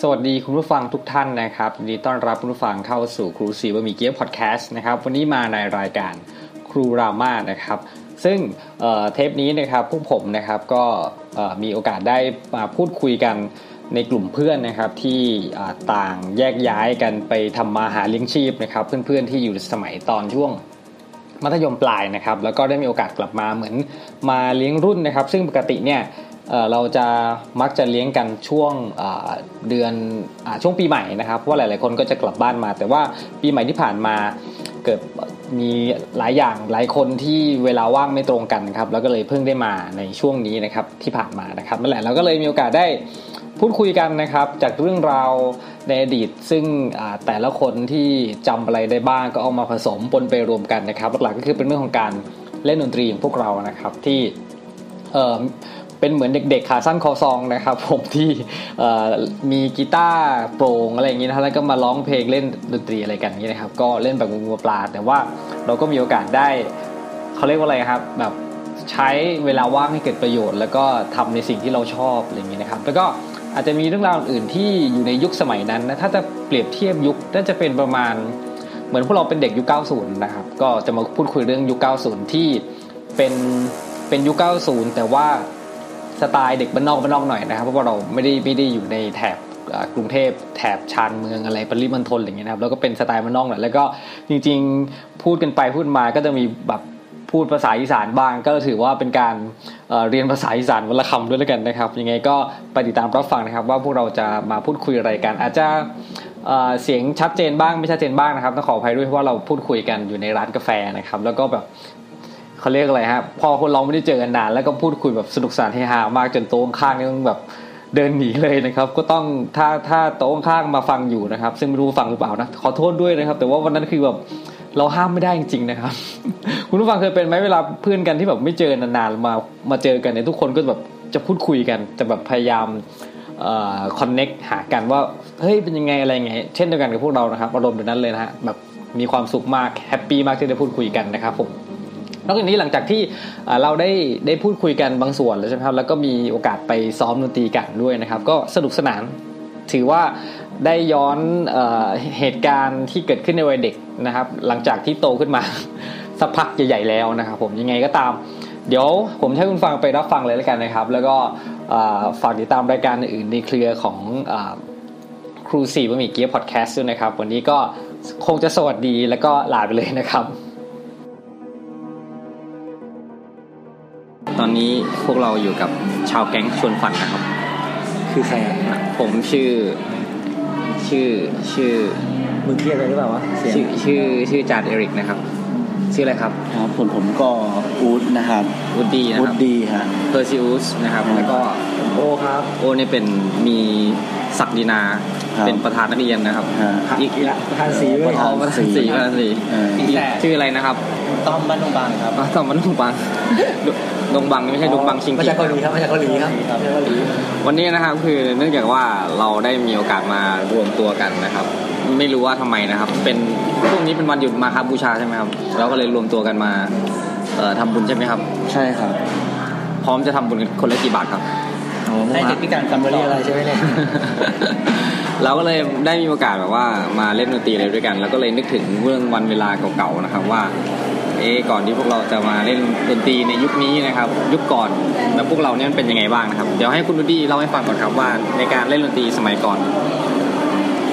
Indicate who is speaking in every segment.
Speaker 1: สวัสดีคุณผู้ฟังทุกท่านนะครับยินดีต้อนรับคุณผู้ฟังเข้าสู่ครูสีบะหมี่เกี๊ยวพอดแคสต์นะครับวันนี้มาในรายการครูรามานะครับ ซึ่งเอ่อเทปนี้นะครับพวกผมนะครับก็เอ่อมีโอกาสได้มาพูดคุยกันในกลุ่มเพื่อนนะครับที่อ่าต่างแยกย้ายกันไปทำมาหาเลี้ยงชีพนะครับ เพื่อนๆที่อยู่สมัยตอนช่วง มัธยมปลายนะครับแล้วก็ได้มีโอกาสกลับมาเหมือนมาเลี้ยงรุ่นนะครับ ซึ่งปกติเนี่ยเอ่อเราจะมักจะเลี้ยงกันช่วงเอ่อเดือนอาช่วงปีใหม่นะครับเพราะว่าหลายๆคนก็จะกลับบ้านมา แต่ว่าปีใหม่ที่ผ่านมาเกิดมีหลายอย่างหลายคนที่เวลาว่างไม่ตรงกันครับแล้วก็เลยเพิ่งได้มาในช่วงนี้นะครับที่ผ่านมานะครับนั่นแหละเราก็เลยมีโอกาสได้ พูดคุยกันนะครับจากเรื่องราวในอดีต ซึ่งอ่าแต่ละคนที่จำอะไรได้บ้างก็เอามาผสมปนไปรวมกันนะครับหลักๆก็คือเป็นเรื่องของการเล่นดนตรีของพวกเรานะครับที่เอ่อเป็นเหมือนเด็กๆขาสั้นคอซองนะครับผมที่ เอ่อมีกีตาร์โปร่งอะไรอย่างนี้นะครับแล้วก็มาร้องเพลงเล่นดนตรีอะไรกันอย่างนี้นะครับก็เล่นแบบงูปลา แต่ว่าเราก็มีโอกาสได้ เขาเรียกว่าอะไรครับแบบใช้เวลาว่างให้เกิดประโยชน์ แล้วก็ทำในสิ่งที่เราชอบอะไรอย่างนี้นะครับ แล้วก็อาจจะมีเรื่องราวอื่นที่อยู่ในยุคสมัยนั้นนะถ้าจะเปรียบเทียบยุคน่าจะเป็นประมาณ เหมือนพวกเราเป็นเด็กยุค 90 นะครับ ก็จะมาพูดคุยเรื่องยุค 90 ที่เป็นเป็นยุค 90 แต่ว่าสไตล์เด็กบ้านนอกบ้านนอกหน่อยนะครับ เพราะว่าเราไม่ได้ไม่ได้อยู่ในแถบอ่ากรุงเทพแถบชานเมืองอะไรปริมณฑลอะไรอย่างเงี้ยนะครับ แล้วก็เป็นสไตล์บ้านนอกหน่อยแล้วก็จริงๆพูดกันไปพูดมาก็จะมีแบบพูดภาษาอีสานบ้าง ก็ถือว่าเป็นการเอ่อเรียนภาษาอีสานวันละคำด้วยแล้วกันนะครับ ยังไงก็ไปติดตามรับฟังนะครับ ว่าพวกเราจะมาพูดคุยอะไรกันอาจจะ เอ่อเสียงชัดเจนบ้างไม่ชัดเจนบ้างนะครับต้องขออภัยด้วยเพราะว่าเราพูดคุยกันอยู่ในร้านกาแฟนะครับ แล้วก็แบบเขาเรียกอะไรฮะพอคนเราไม่ได้เจอกันนาน แล้วก็พูดคุยแบบสนุกสนานเฮฮามากจนโต๊ะข้างนี่ต้องแบบเดินหนีเลยนะครับ ก็ต้องถ้าถ้าโต๊ะข้างมาฟังอยู่นะครับ ซึ่งไม่รู้ฟังหรือเปล่านะขอโทษด้วยนะครับ แต่ว่าวันนั้นคือแบบเราห้ามไม่ได้จริงๆนะครับ คุณผู้ฟังเคยเป็นไหมเวลาเพื่อนกันที่แบบไม่เจอนานๆมามาเจอกันเนี่ยทุกคนก็แบบจะพูดคุยกันจะแบบพยายาม คอนเน็กหากันว่า เฮ้ย เป็นยังไงอะไรยังไง เช่นเดียวกันกับพวกเรานะครับอารมณ์แบบนั้นเลยนะฮะแบบมีความสุขมากแฮปปี้มากที่ได้พูดคุยกันนะครับผมนอกจากนี้หลังจากที่เอ่อเราได้ได้พูดคุยกันบางส่วนแล้วใช่ไหมครับแล้วก็มีโอกาสไปซ้อมดนตรีกันด้วยนะครับ ก็สนุกสนาน ถือว่าได้ย้อนเออเหตุการณ์ที่เกิดขึ้นในวัยเด็กนะครับ หลังจากที่โตขึ้นมา สักพักใหญ่ๆแล้วนะครับผมยังไงก็ตาม เดี๋ยวผมให้คุณฟังไปรับฟังเลยแล้วกันนะครับ แล้วก็เอ่อฝากติดตามรายการอื่นในเครือของเอ่อครูสี่บะหมี่เกี๊ยวพอดแคสต์ด้วยนะครับ วันนี้ก็คงจะสวัสดีแล้วก็ลาไปเลยนะครับ ตอนนี้พวกเราอยู่กับชาวแก๊งชวนฝันนะครับ
Speaker 2: คือใครอ่ะ
Speaker 1: ผมชื่อชื่อชื่อ
Speaker 2: มึงเครียดอะไรหรือเปล่าวะ เสียง
Speaker 1: ชื่อชื่อชื่อจานเอริกนะครับ ชื่ออะไรครับ
Speaker 3: ครับผมผมก็อูดนะครับ
Speaker 1: วูดดี้นะค
Speaker 3: อูด
Speaker 1: รับ
Speaker 3: ดีฮะ
Speaker 1: เพอร์ซิอุสนะครับ
Speaker 3: อืม
Speaker 1: แล้วก็
Speaker 2: ผมโอครับ
Speaker 1: โอ้เนี่ยเป็นมีศักดินา
Speaker 3: ครับ
Speaker 1: เป็นประธานนักเรียนนะครับ
Speaker 3: ฮะ
Speaker 2: ครับ
Speaker 1: อีก
Speaker 2: อีกละประธานสีด้
Speaker 1: ป
Speaker 2: ว
Speaker 1: ระ
Speaker 2: ย
Speaker 1: ธานประธานสีประธานสี
Speaker 3: เอออี
Speaker 1: กชื่ออะไรนะครับ
Speaker 2: ต้อมบ้านดงบางครับ
Speaker 1: อ๋อสอง มันดงบังดงบังไม่ใช่ดงบังชิง
Speaker 2: มา
Speaker 1: กิ
Speaker 2: จากเกาหลีครับมาจากเกาหลีครับมาจากเกาหลี
Speaker 1: วันนี้นะครับคือเนื่องจากว่าเราได้มีโอกาสมารวมตัวกันนะครับ ไม่รู้ว่าทำไมนะครับ เป็นช่วงนี้เป็นวันหยุดมาครับบูชาใช่ไหมครับเราก็เลยรวมตัวกันมาเอ่อทำบุญใช่ไหมครับ
Speaker 3: ใช่ครับ
Speaker 1: พร้อมจะทำบุญกันคนละกี่บาทครับ
Speaker 3: โอ้โห
Speaker 2: ให้เด็กพิการกัมเบอรี่อะไรใช่ไหมเนี่ย
Speaker 1: เราก็เลยได้มีโอกาสแบบว่ามาเล่นดนตรีอะไรด้วยกัน แล้วก็เลยนึกถึงเรื่องวันเวลาเก่าๆนะครับว่า เอะก่อนที่พวกเราจะมาเล่นดนตรีในยุคนี้นะครับ ยุคก่อนแล้วพวกเราเนี่ยมันเป็นยังไงบ้างนะครับเดี๋ยวให้คุณดูดี้เล่าให้ฟังก่อนครับว่าในการเล่นดนตรีสมัยก่อน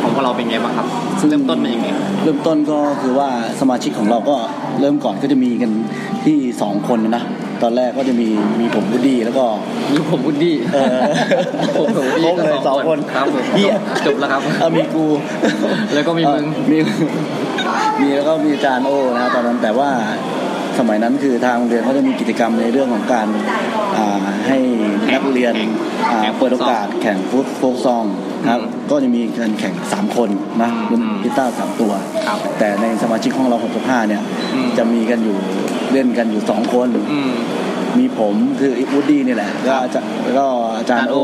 Speaker 1: ของพวกเราเป็นไงบ้างครับเริ่มต้นเป็นยังไง
Speaker 3: เริ่มต้นก็คือว่าสมาชิกของเราก็เริ่มก่อนก็จะมีกันที่สองคนนะ ตอนแรกก็จะมีมีผมอูดดีแล้วก็
Speaker 1: ยุคผมวุ ฒิ
Speaker 3: เออ
Speaker 1: ผมกับวุฒิ
Speaker 3: ครบเลยสองคน
Speaker 1: ครับผม
Speaker 3: เหี้ย
Speaker 1: จบแล้วครับ
Speaker 3: เอ่อมีกู
Speaker 1: แล้วก็มีมึง
Speaker 3: เอ่อมีมีแล้วก็มีอาจารย์โอนะครับตอนนั้นแต่ว่าสมัยนั้นคือทางโรงเรียนเขาจะมีกิจกรรมในเรื่องของการอ่าให้นักเรียนอ่าเปิดโอกาสแข่งฟุตโฟกซองนะครับ
Speaker 1: อืม
Speaker 3: ก็จะมีการแข่ง 3 คนนะ
Speaker 1: อืม
Speaker 3: บนกีตาร์สามตัว
Speaker 1: ครับ
Speaker 3: แต่ในสมาชิกของเรา65เนี่ย
Speaker 1: อืม
Speaker 3: จะมีกันอยู่เล่นกันอยู่ 2 คน
Speaker 1: อืม
Speaker 3: มีผมคืออูดดี้นี่แหละก็อาจารย์แล้วก็อาจารย์โอ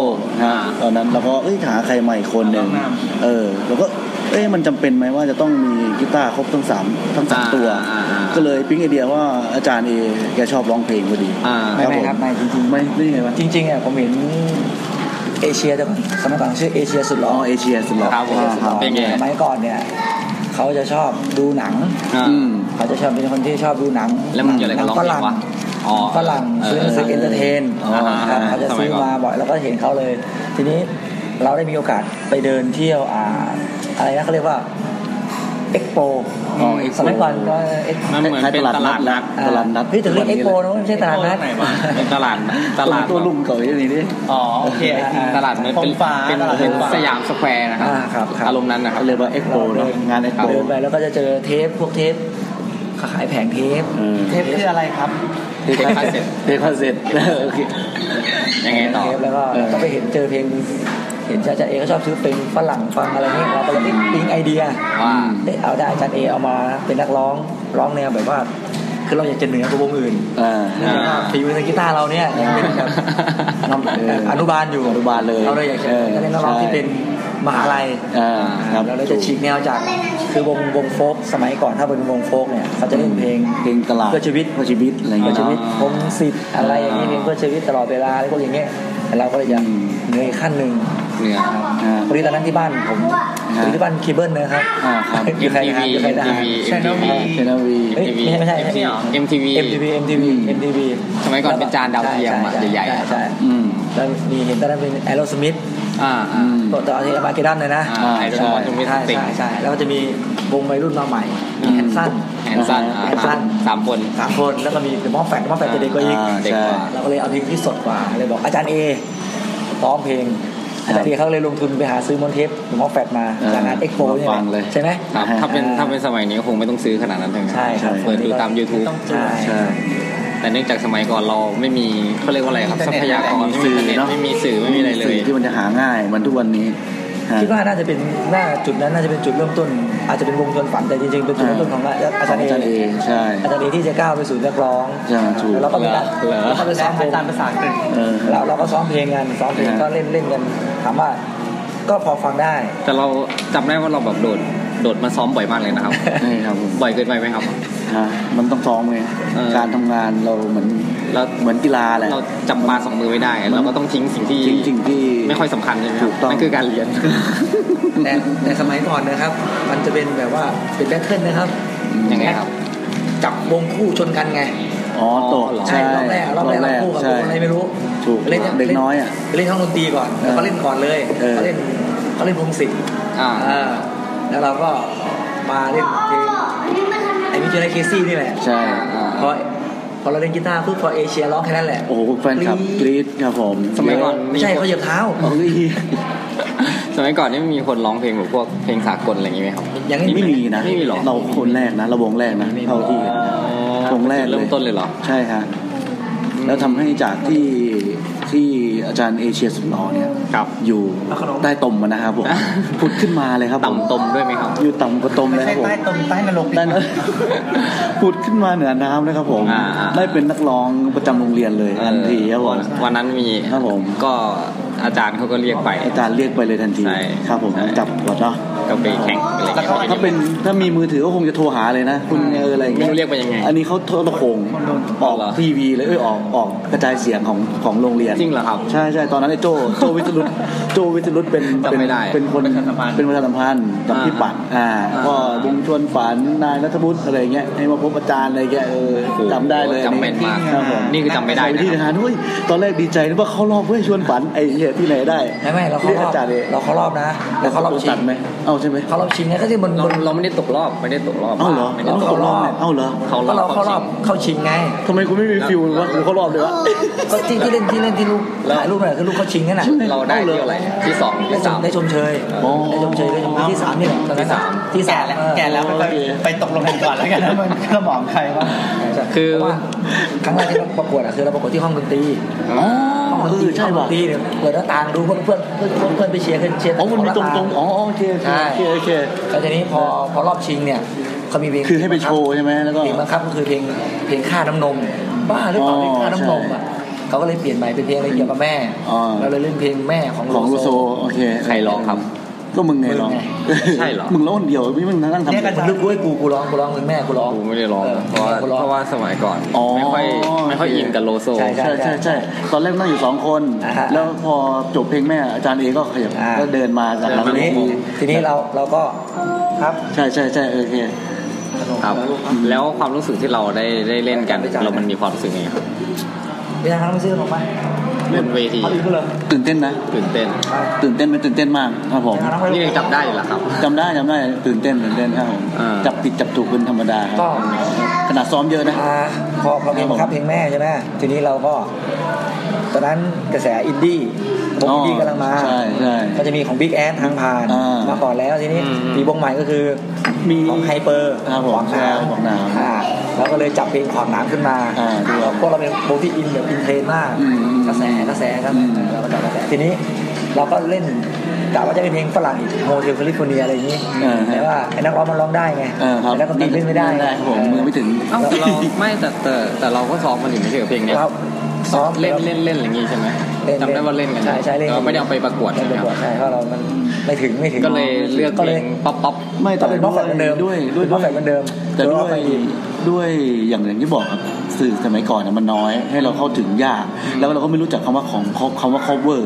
Speaker 1: อ่า
Speaker 3: ฮะตอนนั้นเราก็เอ้ยหาใครใหม่คนหนึ่ง
Speaker 2: ต้องน
Speaker 3: เออเราก็เอ้ยมันจำเป็นไหมว่าจะต้องมีกีตาร์ครบทั้งสามทั้งสาม
Speaker 1: อ่า
Speaker 3: ตัว
Speaker 1: อ่าอ่า
Speaker 3: ก็เลยปิ๊งไอเดียว่าอาจารย์เอแกชอบร้องเพลงพอดี
Speaker 1: อ่า
Speaker 2: ำไม่ไม่ครับไม่จริง
Speaker 3: ไม่ไม่ไงวะ
Speaker 2: ๆจริงๆอ่ะผมเห็น เอเชียแต่ก่อนสมัยก่อนชื่อเอเชียสุดหล่
Speaker 3: อ๋
Speaker 2: อ
Speaker 3: อเอเชียสุดหล่อ
Speaker 1: ครับผม
Speaker 3: อ่าครับ
Speaker 1: เป็นไง
Speaker 2: สมัยก่อนเนี่ยเขาจะชอบดูหนัง
Speaker 1: อ่า
Speaker 3: อืม
Speaker 2: เขาจะชอบเป็นคนที่ชอบดูหนัง
Speaker 1: แล้วมันเกี่ยวอะไรกับร้อง
Speaker 2: ห
Speaker 1: เพล
Speaker 2: นั
Speaker 1: ง
Speaker 2: ฝรั่
Speaker 1: วะ
Speaker 2: ง
Speaker 1: อ๋อ
Speaker 2: ฝรั่งซื้อหนังสือเอนเตอร์เทน
Speaker 3: อ๋ออ่าฮะ
Speaker 2: เขาจะซื้อมาบ่อยแล้วก็เห็นเขาเลย ทีนี้เราได้มีโอกาสไปเดินเที่ยวอ่าอะไรนะเขาเรียกว่าเอ็กโป
Speaker 3: อ๋อ Expo
Speaker 2: สมัยก่อนก็ Ex-
Speaker 1: มันเหมือนเป็นตลาดนัด
Speaker 2: อ่
Speaker 3: ตลาดนัด
Speaker 2: เฮ้ยแต่เรียกเอ็กโปนะไม่ใช่ตลาดนัด
Speaker 1: เป็นตลาดนัดตลาด
Speaker 3: ตัวลุงเก่าอย่างนี้ดิ
Speaker 1: อ๋อโอเคไอ้ที่ตลาดเหมือนเป็น
Speaker 2: ของฟ้า
Speaker 1: เป็น
Speaker 2: ตลาด
Speaker 1: เป็น
Speaker 2: ของฟ้า
Speaker 1: สยามสแควร์นะครับ
Speaker 2: อ่าครับครับ
Speaker 1: อารมณ์นั้นนะครับ
Speaker 3: เขาเรียกว่าเอ็กโปเนาะงานเอ็กโป
Speaker 2: เดินไปแล้วก็จะเจอเทปพวกเทปขายแผงเทป
Speaker 3: อืม
Speaker 2: เทปคืออะไรครับ
Speaker 1: เทปคาสเซ็ต
Speaker 3: เทปคอนเซ็ปต์โอเค
Speaker 1: ยังไงต่อ
Speaker 2: เทปแล้วก็
Speaker 3: เออ
Speaker 2: ก็ไปเห็นเจอเพลง เห็นจ้าจ้าเอก็ชอบซื้อเพลงฝรั่งฟังอะไรนี่เราก็เลยปิ๊งไอเดีย
Speaker 1: ว่า
Speaker 2: ได้เอาได้อาจารย์เอเอามาเป็นนักร้องร้องแนวแบบว่า คือเราอยากจะเหนือกว่าวงอื่น
Speaker 3: อ่า
Speaker 1: อ่า
Speaker 2: ฝีมือทางกีตาร์เราเนี่ยยังเป็น แบบน้อง
Speaker 3: เอออ
Speaker 2: อนุบาลอยู่
Speaker 3: อนุบาลเลย
Speaker 2: เราเลยอยากจะ
Speaker 3: เออ
Speaker 2: เล่นนักร้องที่
Speaker 3: ใช่
Speaker 2: เป็นมหาลัย
Speaker 3: อ่าครับ
Speaker 2: แล้วเราจะฉีกแนวจากคือวงวงโฟกสมัยก่อนถ้าเป็นวงโฟกเนี่ยเขาจะเล่นเพลง
Speaker 3: เพลงตลาด
Speaker 2: เพื่อชีวิต
Speaker 3: เพื่อชีวิตอะไรอย่าง
Speaker 2: เพื่อ
Speaker 3: เงี้ย
Speaker 2: ชีวิ
Speaker 3: เนาะ
Speaker 2: ตคงสิทธิ์อะไรอย่างนี้
Speaker 1: อ่า
Speaker 2: เพลงเพื่อชีวิตตลอดเวลาอะไรพวกอย่างเงี้ยแต่เราก็เลยยัง
Speaker 3: อืม
Speaker 2: เหนื่อยขั้นหนึ่ง
Speaker 1: เหนือ
Speaker 3: อ่า
Speaker 2: พอดีตอนนั้นที่บ้านผม
Speaker 3: ฮะ
Speaker 2: ที่บ้านคีเบิลนะครับ
Speaker 3: อ่าครับ
Speaker 2: อยู่ใครนะครับอยู่ใครนะ
Speaker 1: MTV
Speaker 2: ใช่น้องมี
Speaker 3: เทนาวี
Speaker 2: เฮ้ยไม่ใช่ไม่ใช่
Speaker 1: MTV MTV
Speaker 2: MTV MTV
Speaker 3: อืม
Speaker 2: MTV
Speaker 1: สมัยก่อนเป็นจานดาวเทียมอะ
Speaker 2: ช่ช่
Speaker 1: ใหญ่ๆอะ
Speaker 2: ใช่
Speaker 3: อืม
Speaker 2: แล้วมีเห็นตอนนั้นเป็นแอโรสมิธ
Speaker 1: อ่า
Speaker 3: อื
Speaker 1: อ่าม
Speaker 2: ตัวตอนที่มาเกดัมเลยนะ
Speaker 1: อ่าไอร
Speaker 3: ใช่
Speaker 1: อนจูมิส
Speaker 2: ใช่
Speaker 1: ติก
Speaker 2: ใช่ใช่แล้วก็จะมีวงวัยรุ่นมาใหม่
Speaker 3: อื
Speaker 2: มี
Speaker 3: ม
Speaker 2: แฮนซัน
Speaker 1: แอนซันอ่า
Speaker 2: แอนซัน
Speaker 1: สามคน
Speaker 2: สามคนแล้วก็มีเดอะมอฟแฟตเดอะมอฟแฟตจะเด็กกว่าอีก
Speaker 3: อ่า
Speaker 1: เด็กกว่า
Speaker 3: ใช่
Speaker 2: เราก็เลยเอาเพลงที่สดกว่าเลยบอกอาจารย์เอร้องเพลงอาจารย์เอเขาเลยลงทุนไปหาซื้อมอนเทปเดอะมอฟแฟตมา
Speaker 3: อ่า
Speaker 2: จากงานเอ็กโป
Speaker 3: มาฟังเลย
Speaker 2: ใช่ไหม
Speaker 1: ครับ
Speaker 3: อ่า
Speaker 1: ถ้าเป็น
Speaker 2: อ่า
Speaker 1: ถ้าเป็นสมัยนี้คงไม่ต้องซื้อขนาดนั้นใช่ไหม
Speaker 2: ใช่ครับ
Speaker 1: เปิดดูตาม YouTube
Speaker 2: ต้องซื้อ
Speaker 3: ใช่
Speaker 1: แต่เนื่องจากสมัยก่อนเราไม่มีเขาเรียกว่าอะไรครับ ทรัพยากร
Speaker 3: ไม่มี
Speaker 1: ไม่มีอินเทอร์เน็ต
Speaker 3: สื่อเนอะ
Speaker 1: ไม่มีสื่อไม่มีอะไรเลย
Speaker 3: สิ่งที่มันจะหาง่ายเหมันทุกวันนี้ฮะ
Speaker 2: คิดว่าน่าจะเป็นน่าจุดนั้นน่าจะเป็นจุดเริ่มต้น อาจจะเป็นวงจรฝันแต่จริงๆเป็นจุดเริ่มต้นของอาจารย์
Speaker 3: ของอาจารย์
Speaker 2: เอ
Speaker 3: เอใช่
Speaker 2: อาจารย์เอที่จะก้าวไปสู่นักร้อง
Speaker 3: ใช่ถูก
Speaker 2: แล้วเราก็ไปรับ
Speaker 1: เหรอ
Speaker 2: แล้วก็ไปซ้อมเพลงภาษาอังกฤษ
Speaker 3: เออ
Speaker 2: เราเราก็ซ้อมเพลงกันซ้อมเพลง
Speaker 3: ครับ
Speaker 2: ก็เล่นเล่นกันถามว่าก็พอฟังได้
Speaker 1: แต่เราจำได้ว่าเราแบบโดดโดดมาซ้อมบ่อยมากเลย นะครับ
Speaker 3: ใช่ครับผม
Speaker 1: บ่อยเกินไปไหมครับ
Speaker 3: ฮะมันต้องซ้อมไง
Speaker 1: เออ
Speaker 3: การทำงานเราเหมือน
Speaker 1: แล้ว
Speaker 3: เหมือนกีฬาแหละ
Speaker 1: เราจับปลาสองมือไม่ได้
Speaker 3: มัน
Speaker 1: เราก็ต้องทิ้งสิ่งที่
Speaker 3: จริงสิ่งที่
Speaker 1: ไม่ค่อยสำคัญใช่ไหมครั
Speaker 3: ถู
Speaker 1: บ
Speaker 3: กต้อง
Speaker 1: นั่นคือการเรียน
Speaker 2: แต่แต่สมัยก่อนนะครับ มันจะเป็นแบบว่าเป็นแบทเทิลนะครับ
Speaker 1: ยังไงครับ
Speaker 2: จับวงคู่ชนกันไง
Speaker 3: อ๋อตก
Speaker 1: อ๋อ
Speaker 3: ใช่
Speaker 2: รอบแรกรอบแรกเราคู่กับ
Speaker 3: ใช่
Speaker 2: วงอะไรไม่รู้
Speaker 3: ถูก
Speaker 2: เล่น
Speaker 3: เด็กน้อยอะ
Speaker 2: เล่นห้องดนตรีก่อนแล้วเขาเล่นก่อนเลย
Speaker 3: เออ
Speaker 2: เขาเล่นเขาเล่นวงสิบ
Speaker 1: อ่า
Speaker 2: อ่าแล้วเราก็มาเล่นเพลงไอ้มิจูไนเคซี่นี่แหละ
Speaker 3: ใช่อ่า
Speaker 2: พอพอเราเล่นกีตาร์ปุ๊บพอเอเชียร้องแค่นั้นแหละ
Speaker 3: โอ้โหแฟนคลับกรี๊ดครับผม
Speaker 1: สมัยก่อน
Speaker 2: ไม่ใช่เขาเหยียบเท้า
Speaker 3: โอ้ย
Speaker 1: สมัยก่อนนี่มีคนร้องเพลงแบบพวกเพลงสากลอะไรอย่างนี้ไหมครับ
Speaker 2: ยัง
Speaker 3: ไม่มีนะ
Speaker 1: ไม่มีหรอ
Speaker 3: เราคนแรกนะเราวงแรกนะเท่าที่เห็นนะวงแรก
Speaker 1: จุด
Speaker 3: เลย
Speaker 1: เริ่มต้นเลยเหรอ
Speaker 3: ใช่ฮะแล้วทำให้จากที่ที่อาจารย์เอเชียสุนทรเนี่ย
Speaker 1: ครับ
Speaker 3: อยู่ใต้ตมอะนะครับผม
Speaker 1: อ่ะ
Speaker 3: พุดขึ้นมาเลยครับผม
Speaker 1: ต่ำตมด้วยไหมครับ
Speaker 3: อยู่ต่ำกว่าตมเลยครับผม
Speaker 2: ใต้ตรงใต้นรก
Speaker 3: ได้นะพุดขึ้นมาเหนือน้ำนะครับผม
Speaker 1: อ่าอ่า
Speaker 3: ได้เป็นนักร้องประจำโรงเรียนเลยทันทีครับผม
Speaker 1: วันนั้นมี
Speaker 3: ครับผม
Speaker 1: ก็อาจารย์เขาก็เรียกไป
Speaker 3: อาจารย์เรียกไปเลยทันที
Speaker 1: ใช่
Speaker 3: ครับผม
Speaker 1: ใช่
Speaker 3: จับกดเนาะ
Speaker 1: ก็ไปแข่งอะไรอย่างเงี้ย
Speaker 3: ถ้าเป็นถ้ามีมือถือก็คงจะโทรหาเลยนะ คุณเอออะไรอย่างเงี้ย
Speaker 1: ไม่รู้เรียกไปยังไง
Speaker 3: อันนี้เขาโทรโขงออก
Speaker 1: เหรอ
Speaker 3: ทีวีเลยเอ้ยออกออกกระจายเสียงของของโรงเรียน
Speaker 1: จริงเหรอครับ
Speaker 3: ใช่ใช่ตอนนั้นไอ้โจโจวิทรุต โจวิทรุตเป็น
Speaker 1: จำ
Speaker 3: เป็น
Speaker 1: ไม่ได้
Speaker 3: เป็นคนเป็นประชาสัมพันธ์กับ
Speaker 1: อ่า
Speaker 3: พี่ปัดอ่า
Speaker 1: อ่า
Speaker 3: ก็วงชวนฝันนายรัฐบุตรอะไรอย่างเงี้ยให้มาพบอาจารย์อะไรอย่างเงี้ยเออ
Speaker 1: โอ้โห
Speaker 3: จำได้เลย
Speaker 1: จำเป็นมาก
Speaker 3: ครับผม
Speaker 1: นี่คือจำไม่ได้นะ
Speaker 3: ปที่ทหารด้วยตอนแรกดีใจนึกว่าเขารอบเพื่อชวนฝันไอ้เหี้ยที่ไหนได้
Speaker 2: ไม่ไม่เราเขา
Speaker 3: เรียก
Speaker 2: รอบ
Speaker 3: อาจารย์เอง
Speaker 2: เราเขารอบนะเราเขารอบชิ
Speaker 3: ตั
Speaker 2: ง
Speaker 3: ดไหมเอาใช่ไหม
Speaker 2: เขารอบชิงนะก็ที่บนบ
Speaker 1: เรา
Speaker 2: น
Speaker 1: เราไม่ได้ตกรอบไม่ได้ตกรอบ
Speaker 3: เอาเหรอ
Speaker 1: ไม่ได้
Speaker 3: เอา
Speaker 1: ต
Speaker 3: ต
Speaker 1: ก
Speaker 3: ก
Speaker 1: ร
Speaker 3: ร
Speaker 1: อ
Speaker 3: อบบ เนี่ยเอาเหรอ
Speaker 1: เขารอบ
Speaker 2: ก็เราเข้ารอบเข้าชิงไง
Speaker 3: ทำไมกูไม่มีฟิลวะกูเข้ารอบเลยวะ
Speaker 2: ก็ที่ที่เล่นที่เล่นที่ลูก
Speaker 1: แล้ว
Speaker 2: ถ่ายรูปน่ะคือลูกเขาชิงนั่นแหละ
Speaker 1: เราได้ที่เท่าไหร่ที่สอง
Speaker 2: ได้
Speaker 1: ที่
Speaker 2: ช
Speaker 1: สาม ม
Speaker 2: ได้ชมเชย
Speaker 3: อ๋อ
Speaker 2: ได้ชมเชยได้ชมเชยที่สามนี่แหละตอนนั้น
Speaker 1: ที่สาม
Speaker 2: ที่สามเออ
Speaker 3: ไปไปตกลงกันก่อนแล้วกันนะมันก็มองใครวะ
Speaker 2: ใช่
Speaker 1: คือ
Speaker 2: เพราะว่าครั้งแรกที่เราประกวดอะคือเราประกวดที่ห้องดนตรี
Speaker 1: อ๋อ
Speaker 2: ห้องดนตรี
Speaker 3: ใช่ป่ะ
Speaker 2: ห้องดนตรีเนี่ยเปิดหน้าต่างดูเพื่อนเพื่อนเพื่อนเพื่อนไปเชียร์เพื่อนเชียร์
Speaker 3: อ๋อมันมีตรงต
Speaker 2: เปิดหาา
Speaker 3: รงๆอ๋อโอเคโอเค
Speaker 2: ใช่
Speaker 3: โอเคโอเค
Speaker 2: แล้วทีนี้พอพอรอบชิงเนี่ยเขามีเพลง
Speaker 3: คือให้ไปโชว์ใช่ไหมแล้วก็
Speaker 2: เพลงบังคับก็คือเพลงเพลงค่าน้ำนมบ้าหรือเปล่าเพลงค่าน้ำนมอ่ะเขาก็เลยเปลี่ยนใหม่เป็นเพลงอะไรเกี่ยวกับแม่
Speaker 3: อ๋อ
Speaker 2: เราเลยเล่นเพลงแม่ของ
Speaker 3: ของลูโซโอเค
Speaker 1: ใครร้องครับ
Speaker 3: ก็มึงไงร้อง
Speaker 1: ใช่เหรอ
Speaker 3: มึงร้องคนเดียวไม่มึงนั่ง
Speaker 2: เนี่ย
Speaker 3: ทำ
Speaker 2: กันลึกด้วยกูกูร้องกูร้องมึงแม่กูร้อง
Speaker 1: กูไม่ได้ร้อง
Speaker 2: เ
Speaker 1: เพราะว่า
Speaker 2: กูร้อง
Speaker 1: เพราะว่าสมัยก่อน
Speaker 3: อ๋อ
Speaker 1: ไม่ค่อยไม่ค่อยอินกับโลโซ
Speaker 2: ใช่
Speaker 3: ใช่ใช่ใช่ตอนแรกนั่งอยู่สองคน
Speaker 2: อ่าฮะ
Speaker 3: แล้วพอจบเพลงแม่อาจารย์เอก็ขยับ
Speaker 2: อ่า
Speaker 3: ก็เดินมาจากหลัง
Speaker 1: เดินมา
Speaker 2: ทีนี้
Speaker 3: เวที
Speaker 2: ทีนี้เราเราก็ครับ
Speaker 3: ใช่ใช่ใช่โอเค
Speaker 1: ครับ แล้วความรู้สึกที่เราได้ได้เล่นกัน เรามันมีความรู้สึกไงครับ
Speaker 2: เวลาเขาต้องซื้อขนมไหม
Speaker 1: บนเวที
Speaker 2: เขาอีกเลย
Speaker 3: ตื่นเต้นนะ
Speaker 1: ตื่นเต้น
Speaker 3: ตื่นเต้นเป็นตื่นเต้นมากครับผม
Speaker 2: เอาน้ำไป
Speaker 1: นี่
Speaker 2: ลู
Speaker 1: ยัง
Speaker 2: ก
Speaker 1: จับได้อยู่เหรอครับ
Speaker 3: จำได้จำได้ตื่นเต้นตื่นเต้นครับผม
Speaker 1: อ่า
Speaker 3: จับผิดจับถูกเป็นธรรมดาครับ
Speaker 2: ก็
Speaker 3: ขนาดซ้อมเยอะนะ
Speaker 2: อ่าพอพอเพล
Speaker 3: ครั
Speaker 2: ง
Speaker 3: บผม
Speaker 2: ครับเพลงแม่ใช่ไหมทีนี้เราก็ตอนนั้นกระแสอินดี้วง
Speaker 3: อ๋อ
Speaker 2: อินดี้กำลังมา
Speaker 3: ใช่ใช่
Speaker 2: ก็จะมีของ Big แอนทางผ่าน
Speaker 3: อ่าม
Speaker 2: มาก่อนแล้วทีนี้มีวงใหม่ก็คือ
Speaker 3: มี
Speaker 2: ของไฮเปอร์
Speaker 3: ครับผม
Speaker 2: ขวางน้ำ
Speaker 3: ขวางน้ำ
Speaker 2: อ่าเราก็เลยจับเพลงขวางน้ำขึ้นมา
Speaker 3: อ่าด้วย
Speaker 2: เราพวกเราเป็นวงที่อินแบบอินเทรนด์มาก
Speaker 3: อืมอืม
Speaker 2: กระแสกระแสกระแส
Speaker 3: อืม
Speaker 2: เราก็จับกระแสทีนี้เราก็เล่นกะว่าจะเป็นเพลงฝรั่งอีกโมเทลแคลิฟอร์เนียอะไรอย่างนี้แต่ว่าไอ้นักร้องมันร้องได้ไง
Speaker 3: เออครับ
Speaker 2: ไอ้นักดนตรีเล่นไม่ได้
Speaker 3: ได้ครับผมมือไม่ถึง
Speaker 1: เอ้าแต่เราไม่แต่แต่แต่เราก็ซ้อมมันอยู่ไม่ใช่เหรอเพลงเนี้ย
Speaker 2: เราซ้อม
Speaker 1: เล่นเล่นเล่นอย่างงี้ใช่ไหม
Speaker 2: เล่น
Speaker 1: จำได้ว่าเล่นกัน
Speaker 2: ใช่ใช่เล่น
Speaker 1: แต่ว่าไม่ได้เอาไปประกวด
Speaker 2: ไม่
Speaker 1: ใช่ไหม
Speaker 2: ประ
Speaker 1: ค
Speaker 2: กวด
Speaker 1: รับ
Speaker 2: ใช่เพราะเรามันไม่ถึงไม่ถึง
Speaker 1: ก็เลยเลือก
Speaker 2: ก็
Speaker 1: เพล
Speaker 2: เลย
Speaker 1: งป๊อปป๊อป
Speaker 3: ไม่
Speaker 2: ต้
Speaker 3: แต่
Speaker 2: องเป็นม็อกแฟนเหมือนเดิม
Speaker 3: ด้วยด้
Speaker 2: ด้
Speaker 3: ว
Speaker 2: วย ยม็อกแฟนเหมือนเดิม
Speaker 3: แต่ด้ว
Speaker 2: เรา
Speaker 3: ย
Speaker 2: ไปอีก
Speaker 3: ด้วยอย่างอย่างที่บอกครับสื่อสมัยก่อนนะมันน้อย ให้เราเข้าถึงยาก แล้วเราก็ไม่รู้จักคำว่าของคำว่า cover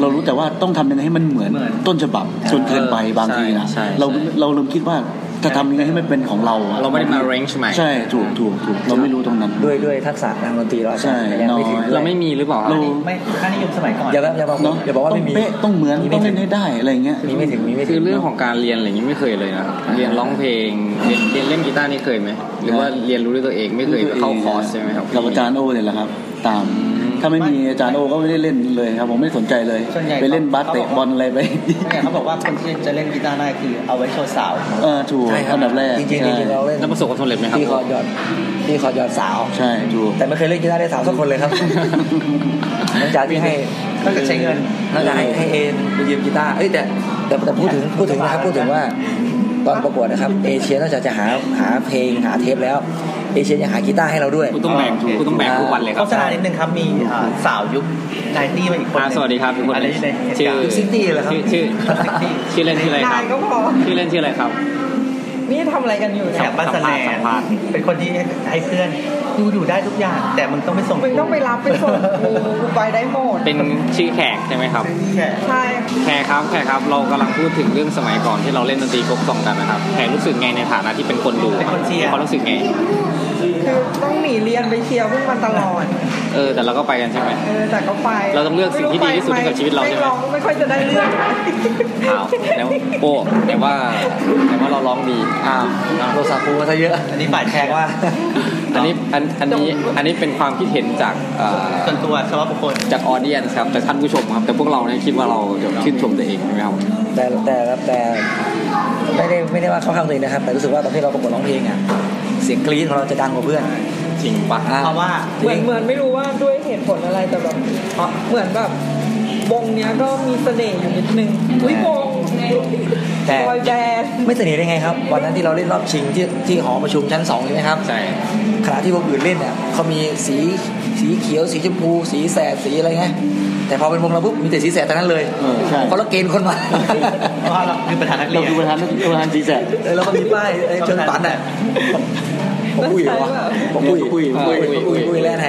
Speaker 3: เรารู้แต่ว่าต้องทำยังไงให้มันเหมือน
Speaker 2: เหมือน
Speaker 3: ต้นฉบับจนเกินไปบางทีนะ
Speaker 1: ใช่ใช่
Speaker 3: เรา
Speaker 1: ใช่
Speaker 3: เราลืมคิดว่าจะทำยังไงให้มันเป็นของเราอะ
Speaker 1: เราไม่ได้มา arrange ใหม่
Speaker 3: ใช่ถูกถูกถูกเราไม่รู้ตรงนั้น
Speaker 2: ด้วยด้วยทักษะทางดนตรีเราอาจจะ
Speaker 3: ใช่
Speaker 2: ยังไม่ถึง
Speaker 3: น้อย
Speaker 1: เราไม่มีหรือเปล่าครับ
Speaker 3: เรา
Speaker 4: ไม่ค่านิยมสมัยก่อน
Speaker 2: อย่าแบบอย่าบอก
Speaker 3: เนาะ
Speaker 2: อย่าบอกว่า
Speaker 3: ต้อ
Speaker 2: ไม่
Speaker 3: ง
Speaker 2: มี
Speaker 3: เป๊ะต้องเหมือนต้องเล่นให้ได้อะไรเงี้ย
Speaker 2: มีไม่ถึงมีไม่ถึง
Speaker 1: คือเรื่องของการเรียนอะไรอย่างนี้ไม่เคยเลยนะครับเรียนร้องเพลง เรียนเรียนเล่นกีตาร์นี่เคยไหม หรือว่าเรียนรู้ด้วยตัวเองไม่เคยเข้าคอร์สใช่ไหมครับ
Speaker 3: กับอาจารย์โอเนี่ยแหละครับ ตาม
Speaker 1: อืม
Speaker 3: ถ้าไม่มีอาจารย์โอก็ไม่ได้เล่นเลยครับ ผมไม่สนใจเลย
Speaker 4: ส่วนใหญ่
Speaker 3: ไปเล่นบาสเตะบอลอะไรไป
Speaker 4: ส่วนใหญ่เขาบอกว่าคนที่จะเล่นกีตาร์ได้คือเอาไว้โชว์สาว
Speaker 3: เออถูก
Speaker 2: ใช่ครั
Speaker 3: อันดับแรก
Speaker 2: จริงๆจริงๆเราเล่น
Speaker 1: แล้วประสบความสำเร็จไหมครับ
Speaker 2: ตีคอร์ดหยอดตีคอร์ดหยอดสาว
Speaker 3: ใช่ถูก
Speaker 2: แต่ไม่เคยเล่นกีตาร์ได้สาวสักคนเลย ครับหลังจากที่ให้
Speaker 4: ตั้งแต่ใช้เงิน
Speaker 2: หลังจากให้ให้เอ็นไปยืมกีตาร์เอ้ยแต่แต่แต่พูดถึงพูดถึงนะครับพูดถึงว่าตอนประกวดนะครับ เอเชียนอกจากจะหาหาเพลงหาเทปแล้ว เอเชียยังหากีตาร์ให้เราด้วย
Speaker 1: คุณต้องแบกคุณต้องแบกทุกวันเลยค
Speaker 4: โฆ
Speaker 1: รับ
Speaker 4: ษณานิดนึงครับมีอ่าสาวยุคไนตี้มาอีกคนห
Speaker 1: อ่า
Speaker 4: นึ่ง
Speaker 1: สวัสดีครับทุกคน
Speaker 4: อะไรที่ใน
Speaker 1: ชื่อ
Speaker 2: ซิตี้เหรอครับ
Speaker 1: ชื่อชื่อชื่อเล่นชื่ออะไรครับ
Speaker 4: ก็พอ
Speaker 1: ชื่อเล่นชื่ออะไรครับ
Speaker 4: นี่ทำอะไรกันอยู่แถบบ้านสแล
Speaker 1: สัมภาษณ์
Speaker 4: เป็นคนที่ให้เพื่อนดูอยู่ได้ทุกอย่าง แต่มึงต้องไปส่ง
Speaker 5: มึงต้องไปรับไปส่งกูกูไปได้หมด
Speaker 1: เป็นชื่อแขกใช่ไหมครับ
Speaker 4: แค่
Speaker 5: ใช่
Speaker 1: แขกครับแขกครับ เรากำลังพูดถึงเรื่องสมัยก่อนที่เราเล่นดนตรีกบซองกันนะครับ แขกรู้สึกไงในฐานะที่เป็นคนดู
Speaker 4: เป็นคนเชียร์
Speaker 1: เขารู้สึกไง
Speaker 5: คือต้องหนีเรียนไปเชียร์พวกมันตลอด
Speaker 1: เออ แต่เราก็ไปกันใช่ไหม
Speaker 5: เออแต่ก็ไป
Speaker 1: เราต้องเลือกสิ่งที่ดีที่สุดให้กับชีวิตเราใช่ไหม
Speaker 5: ไม่ร้องไม่ค่อยจะได้เลือก
Speaker 1: อ้าวแล้วโอ้แต่ว่าแต่ว่าเราร้องดี
Speaker 2: อ้าวโทรศัพท์กูก็ซะเยอะ
Speaker 4: อันนี้ฝ่ายแชร์ว่า
Speaker 1: อันนี้อันอันนี้อันนี้เป็นความคิดเห็นจากเอ่อ
Speaker 4: ส่วนตัวสำหรับบุคคล
Speaker 1: จากออเดียนครับจากท่านผู้ชมครับ แต่พวกเราเนี่ยคิดว่าเราชื่นชมตัวเองใช่ไหมครับ
Speaker 2: แต่แต่แต่ไม่ได้ไม่ได้ว่าเข้าข้างตัวเองนะครับ แต่รู้สึกว่าตอนที่เราประกวดร้องเพลงอ่ะเสียงกรี๊ดของเราจะดังกว่าเพื่อน
Speaker 1: จริงปะ
Speaker 2: อ่
Speaker 4: เพราะว่า
Speaker 2: ที
Speaker 5: เหมือน
Speaker 2: นี้
Speaker 5: เหมือนไม่รู้ว่าด้วยเหตุผลอะไรแต่แบบเหมือนแบบวงเนี้ยก็มีเสน่ห์อยู่นิดนึงอุ้ยวง
Speaker 2: แต่
Speaker 5: บอยแบนด์
Speaker 2: ไม่สนิทได้ไงครับ วันนั้นที่เราเล่นรอบชิงที่ที่หอประชุมชั้นสองใช่ไหมครับ
Speaker 1: ใช่
Speaker 2: ขณะที่วงอื่นเล่นเนี่ยเขามีสีสีเขียวสีชมพู สีแสดสีอะไรเงี้ยแต่พอเป็นวงเราปุ๊บมีแต่สีแสดทั้งนั้นเลย
Speaker 3: เออใช่
Speaker 2: เพราะเราเกณฑ์คนมา
Speaker 4: เพราะว่าเราคือประธานนักเรี
Speaker 3: เรา
Speaker 4: ยน
Speaker 3: คือประธานประธานจีแสก
Speaker 2: เออแล้วก็มีป้ายไอ้เชิญฝันอ่ะผมปุ้ยเหรอวะผมปุ้ยปุ้ยปุ้ยปุ้ยปุ้ยแลนด์ไหน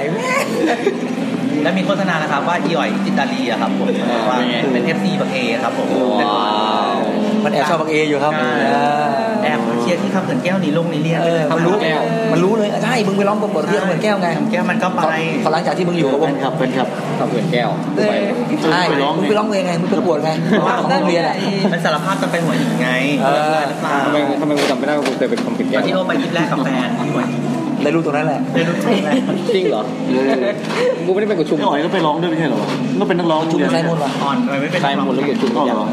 Speaker 4: แล้วมีโฆษณานะครับว่าอีหอยจิตตาลีอะครับผมว่าเป็นเอฟซีบักเอครับผมเป็น
Speaker 1: ว้าว
Speaker 2: มันแอบชอบบังเออยู่ครับ
Speaker 4: แอบมาเชียร์ที่คำเขื่อนแก้วนี่ลงในเรียน
Speaker 2: เออมันรู้มันรู้เลยใช่ มึงไปร้องประกวดที่เหมือนแก้วไง
Speaker 4: แก้วมันก็ไป
Speaker 2: พอหลังจากที่มึงอยู่กับว
Speaker 3: แฟ
Speaker 2: ง
Speaker 3: นคลับแฟนคลับ
Speaker 1: ขอบคุณแก้ว
Speaker 5: เอ
Speaker 1: ไป
Speaker 5: อ
Speaker 2: ใช่มึงไปร้องเพลงไง มึงไปประกวดไงของโรงเรียนอ่ะ
Speaker 4: มันสารภาพกันไปหัวหินไง
Speaker 2: เออ
Speaker 4: ได้หรือเปล่า
Speaker 1: ทำไมทำไมกูจำไม่ได้ว่ากูเคยเป็นคนติด
Speaker 4: ต
Speaker 1: แก้
Speaker 4: อ
Speaker 1: วน
Speaker 4: ที่โอไปทริปแรกกับแฟนที่หัวหิน
Speaker 2: เลยรู้ตรงนั้นแหละ
Speaker 4: ได้รู้จักแรก
Speaker 1: จริงเหรอ
Speaker 3: เออ
Speaker 1: กูไม่ได้เป็นกูชุม
Speaker 3: พี่อ๋อยก็ไปร้องด้วยไม่ใช่เหรอก็เป็นนักร้อง
Speaker 2: ชุม
Speaker 3: เดียว
Speaker 2: ใช้มน
Speaker 3: เหรอ
Speaker 2: ว่ะ
Speaker 4: อ่อนอะไรไม่เป็น
Speaker 1: ใครหมดแล้วกูชุม
Speaker 3: ก็เหรอ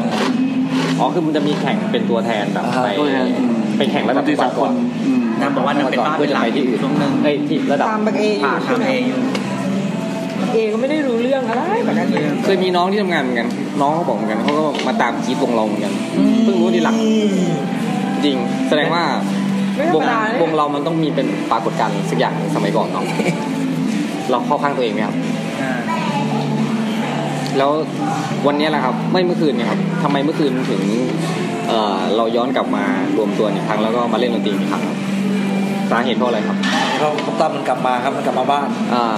Speaker 1: อ๋อคือมันจะมีแข่งเป็นตัวแทนแบบ
Speaker 2: อ่า
Speaker 1: ไป
Speaker 3: ก็เลยอืม
Speaker 1: ไปแข่งระดับ
Speaker 3: ดนตรีสากลอืม
Speaker 4: นางบอกว่านางเป็นบ้า
Speaker 1: เพื่
Speaker 4: เป็
Speaker 1: อนจะ
Speaker 4: หลัง
Speaker 1: ไปที่อื่น
Speaker 4: ช่วงหนึง
Speaker 1: เอ้ยที่ระดับ
Speaker 5: ตามบักเออยู่ใช่
Speaker 4: ทำ
Speaker 5: ไหม
Speaker 4: เองอยู่
Speaker 5: เอก็ไม่ได้รู้เรื่องอะไรแบบนั้นเลย
Speaker 1: เคยมีน้องที่ทำงานเหมือนกัน น้องเขาบอกเหมือนกันเขาก็มาตามจีบวงเราเหมือนกันเพิ่งรู้ทีหลัง จริงแสดงว่า
Speaker 5: ไม่ธ
Speaker 1: ว
Speaker 5: รรงมดาเลยว
Speaker 1: งเรามันต้องมีเป็นปรากฏการณ์สักอย่างหนึ่งสมัยก่อนเนาะ เราเข้าข้างตัวเองไหมครับ
Speaker 4: อ่า
Speaker 1: แล้ววันเนี้ยแหละครับไม่เมื่อคืนเนี่ยครับทำไมเมื่อคืนถึงเอ่อเราย้อนกลับมารวมตัวอีกครั้งแล้วก็มาเล่นดนตรีอีกครั้งครับสาเหตุเพราะอะไรครับ
Speaker 2: เราตั้มมันกลับมาครับมันกลับมาบ้าน
Speaker 1: อ่า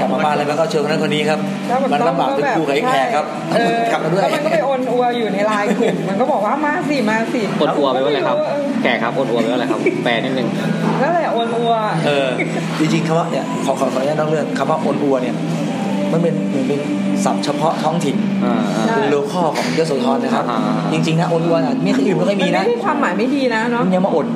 Speaker 1: ก
Speaker 2: ลับมาบ้านแล้วมันก็เชิญคนนั้นคนนี้ครับ
Speaker 5: แล้ว
Speaker 2: มันลำบาก
Speaker 5: ต้
Speaker 2: เป็น
Speaker 5: อแบบ
Speaker 2: คู่กับไอ้แขกครับ
Speaker 5: ใช่เออก
Speaker 2: ลับมาด้วย
Speaker 5: แล้วมันก็ไปโอนอัวอยู่ในไลน์กลุ่มมันก็บอกว่ามาสิมาสิ
Speaker 1: อดอัวไปว่าอะไรครับ แก่ครับอดอัวไปว่าอะไรครับ แปลนิดนึง
Speaker 5: นั่นแหละโอนอัว
Speaker 2: เออจริงๆคำว่าเนี่ยขอขอขออนุญาตนอกเรื่องคำว่าโอนอัวเนี่ยมันเป็นเหมือนเป็นศัพท์เฉพาะท้องถิ่น
Speaker 1: อ่าอ่า
Speaker 5: ใช่
Speaker 2: เป็นโลคอลของยโสธรนะครับ
Speaker 1: อ่าอ่าอ่า
Speaker 2: จริงๆนะโอนอัวน่ะไม่เคยอื่นไม่เคยมี
Speaker 5: มัน
Speaker 2: นะ
Speaker 5: ไม่ได้ความหมายไม่ดีนะเนาะ
Speaker 2: มันยังมาอด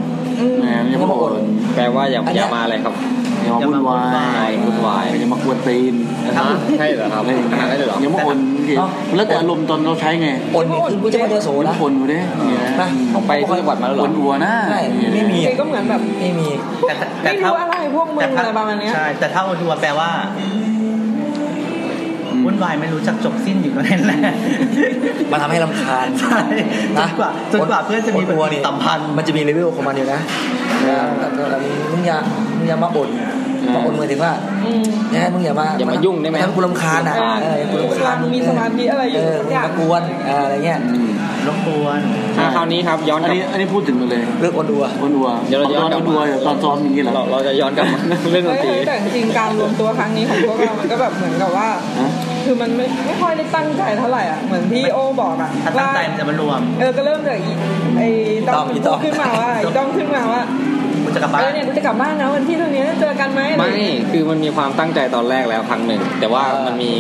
Speaker 5: อืม
Speaker 3: นะอย่ามาบ่น
Speaker 1: แปลว่าอย่า
Speaker 2: อัน
Speaker 1: อ
Speaker 2: เนี้
Speaker 1: ย่าย มาอะไรครับ
Speaker 3: อย่ามาวุ่นวาย
Speaker 1: อย่ามาวุ่นวาย
Speaker 3: อย่ามากวนตีน
Speaker 1: ฮะใช่เหรอครับ
Speaker 3: อะไรอย่างเงี้ย
Speaker 1: ได้เลยเหรอ
Speaker 3: อย่ามาอ่นสิ
Speaker 2: เอ้า
Speaker 3: แล้วแต่อารมณ์ตอนเราใช้ไง
Speaker 2: อดนี่คือผู้เจ้าพระเดียวโส
Speaker 3: อ่
Speaker 2: นะ
Speaker 3: นอยู่ดิเนี่ย
Speaker 2: นะ
Speaker 1: ผมไปที่จังหวัดมาแล้วเหรอ
Speaker 3: อ่นอัวนะ
Speaker 2: ใช่ไม่มี
Speaker 5: เจ๊ก็เหมือนแบบ
Speaker 2: ไม่มี
Speaker 4: แต่ถ้าแต่ถ้า
Speaker 5: ไม่รู้อะไรพวกมึง
Speaker 4: แต่ถ้
Speaker 5: อะไรประมาณเนี้ย
Speaker 4: ใช่แต่ถ้าโอทัวแปลว่าวุ่นวายไม่รู้จักจบสิ้นอยู่ตรงนั้นแหละ
Speaker 2: มันทำให้ลำคาญ
Speaker 4: ใช่จนกว่าจนกว่าเพื่อนจะมีป
Speaker 2: ดว
Speaker 4: ฏิสัมพันธ์
Speaker 2: มันจะมีเลเวลของมันอยู่นะ
Speaker 1: อืม
Speaker 2: แต่แต่แต่มึงอย่ามึงอย่ามาอด
Speaker 1: อืม
Speaker 2: มาอดหมือถึงว่า
Speaker 5: อืม
Speaker 2: เนี่ยมึงอย่ามา
Speaker 1: อย่ามายุ่งได้ไหม
Speaker 2: ทำกูลำคาญอ่ะเออกูรำคาญ
Speaker 5: มีสมาธิอะไรอยู่สัก
Speaker 2: เมึง
Speaker 5: อย่าง
Speaker 2: มากวนเอออะไรเงี้ย
Speaker 3: อืม
Speaker 4: รบกวน
Speaker 1: อ่าคราวนี้ครับย้อน
Speaker 3: อัน
Speaker 1: กลับ
Speaker 3: นี้อันนี้พูดถึงหมดเลย
Speaker 2: เลือกอดดัว
Speaker 3: อ่นอัว
Speaker 1: เดี๋ยวเราย้
Speaker 3: ต
Speaker 1: อ
Speaker 3: อน น
Speaker 1: กลับ
Speaker 3: อ่น
Speaker 1: มา
Speaker 3: อัวตอนซ้อมอย่างนี้เหรอ
Speaker 1: เราเราจะย้อนกลับมา เรื่องดนตรี
Speaker 5: เฮ้ยแต่จริงๆการรวมตัวครั้งนี้ของพวกเรา มันก็แบบเหมือนกับว่า
Speaker 3: ฮะ
Speaker 5: คือมันไม่ไม่ค่อยได้ตั้งใจเท่าไหร่อ่ะ เหมือนที่โอบอกอ่ะ
Speaker 4: ถ้าตั้ง
Speaker 5: ว่า
Speaker 4: ใจมันจะมารวม
Speaker 5: เออ ก็เริ่มจากอีไอ้ต้องมันพูดขึ้นมาว่าไอ้ต้องขึ้นมาว่า
Speaker 4: กูจะกลับบ้า
Speaker 5: เอน อเนี่ยกูจะกลับบ้านนะวันที่ตรงนี้เจอกันไหมอะไร
Speaker 1: ไม่
Speaker 5: อย่างเงี้ย
Speaker 1: คือมันมีความตั้งใจตอนแรกแล้วครั้งหนึ่ง แต่ว่ามันมี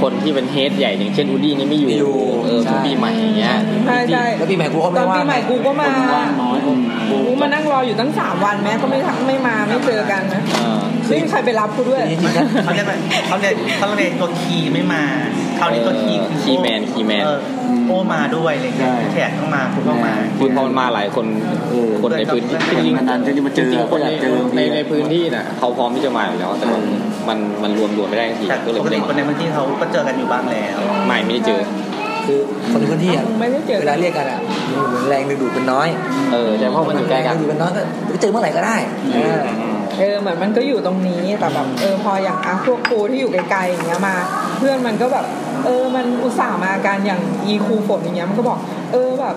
Speaker 1: คนที่เป็นเฮดใหญ่อย่างเช่นอูดี้นี่ไม่อยู่
Speaker 2: ไม่อยู่
Speaker 1: เออ
Speaker 2: ใช่
Speaker 1: ทุกปีใหม่อย่างเงี้ย
Speaker 5: ใช่ใช่
Speaker 2: แล้วปีใหม่กูก็
Speaker 5: ต
Speaker 2: ไม่
Speaker 5: อน
Speaker 2: ว่า
Speaker 5: ปี
Speaker 2: ง
Speaker 5: ใหม่กูก็มา
Speaker 3: ว่างน้อย
Speaker 5: กูมานั่งรออยู่ตั้งสามวันแม้ก็ไม่ทักไม่มาไม่เจอกันนะ
Speaker 1: เออ
Speaker 5: ไม่มีใครไปรับกูด้วย
Speaker 2: จริงๆนะ
Speaker 4: เขาเรียกอะไรเขาเรียกเขาเรียกตัวคีย์ไม่มาคราวนี้ตัวคีย์
Speaker 1: คีย์แมนคีย์แมน
Speaker 4: เออโอมาด้วยอะไรเงี้ย
Speaker 3: ใช่
Speaker 4: แขกต้องมาคุณต้องมา
Speaker 1: คุณพอมันมาหลายคน
Speaker 3: เออ
Speaker 1: คนในพื้นที่
Speaker 4: เออ
Speaker 1: จริง
Speaker 3: นานๆจะมาเจอ
Speaker 1: จริงๆคน
Speaker 3: อยากเจอ
Speaker 1: ในในในพื้นที่น่ะเขาพร้อมที่จะมาอยู่แล้ว แต่ว่ามันมันรวมรวมไม่ได้จริง
Speaker 4: แต่
Speaker 1: ก็เลย
Speaker 4: ปก
Speaker 1: ไม่ได้
Speaker 4: ติ
Speaker 1: มา
Speaker 4: คนในพื้นที่เขาก็เจอกันอยู่บ้างแล้ว
Speaker 1: ใหม่ไม่ได้เจอ
Speaker 2: คือคนในพื้นที่อ่ะ
Speaker 5: ไม่ได้เจอ
Speaker 2: เวลาเรียกกันอ่ะเหมือนแรงดึงดูดมันน้อย
Speaker 1: เออใช่เพราะมันอยู่ใกล้กัน
Speaker 2: แรงดึงดูดมันน้อยก็เจอเมื่อไหร่ก็ได้เออ
Speaker 5: เออเหมือนมันก็อยู่ตรงนี้แต่แบบเออพออย่างอาพวกครูที่อยู่ไกลๆอย่างเงี้ยมา เพื่อนมันก็แบบ เออมันอุตส่าห์มาการอย่างอีครูฝนอย่างเงี้ยมันก็บอก เออแบบ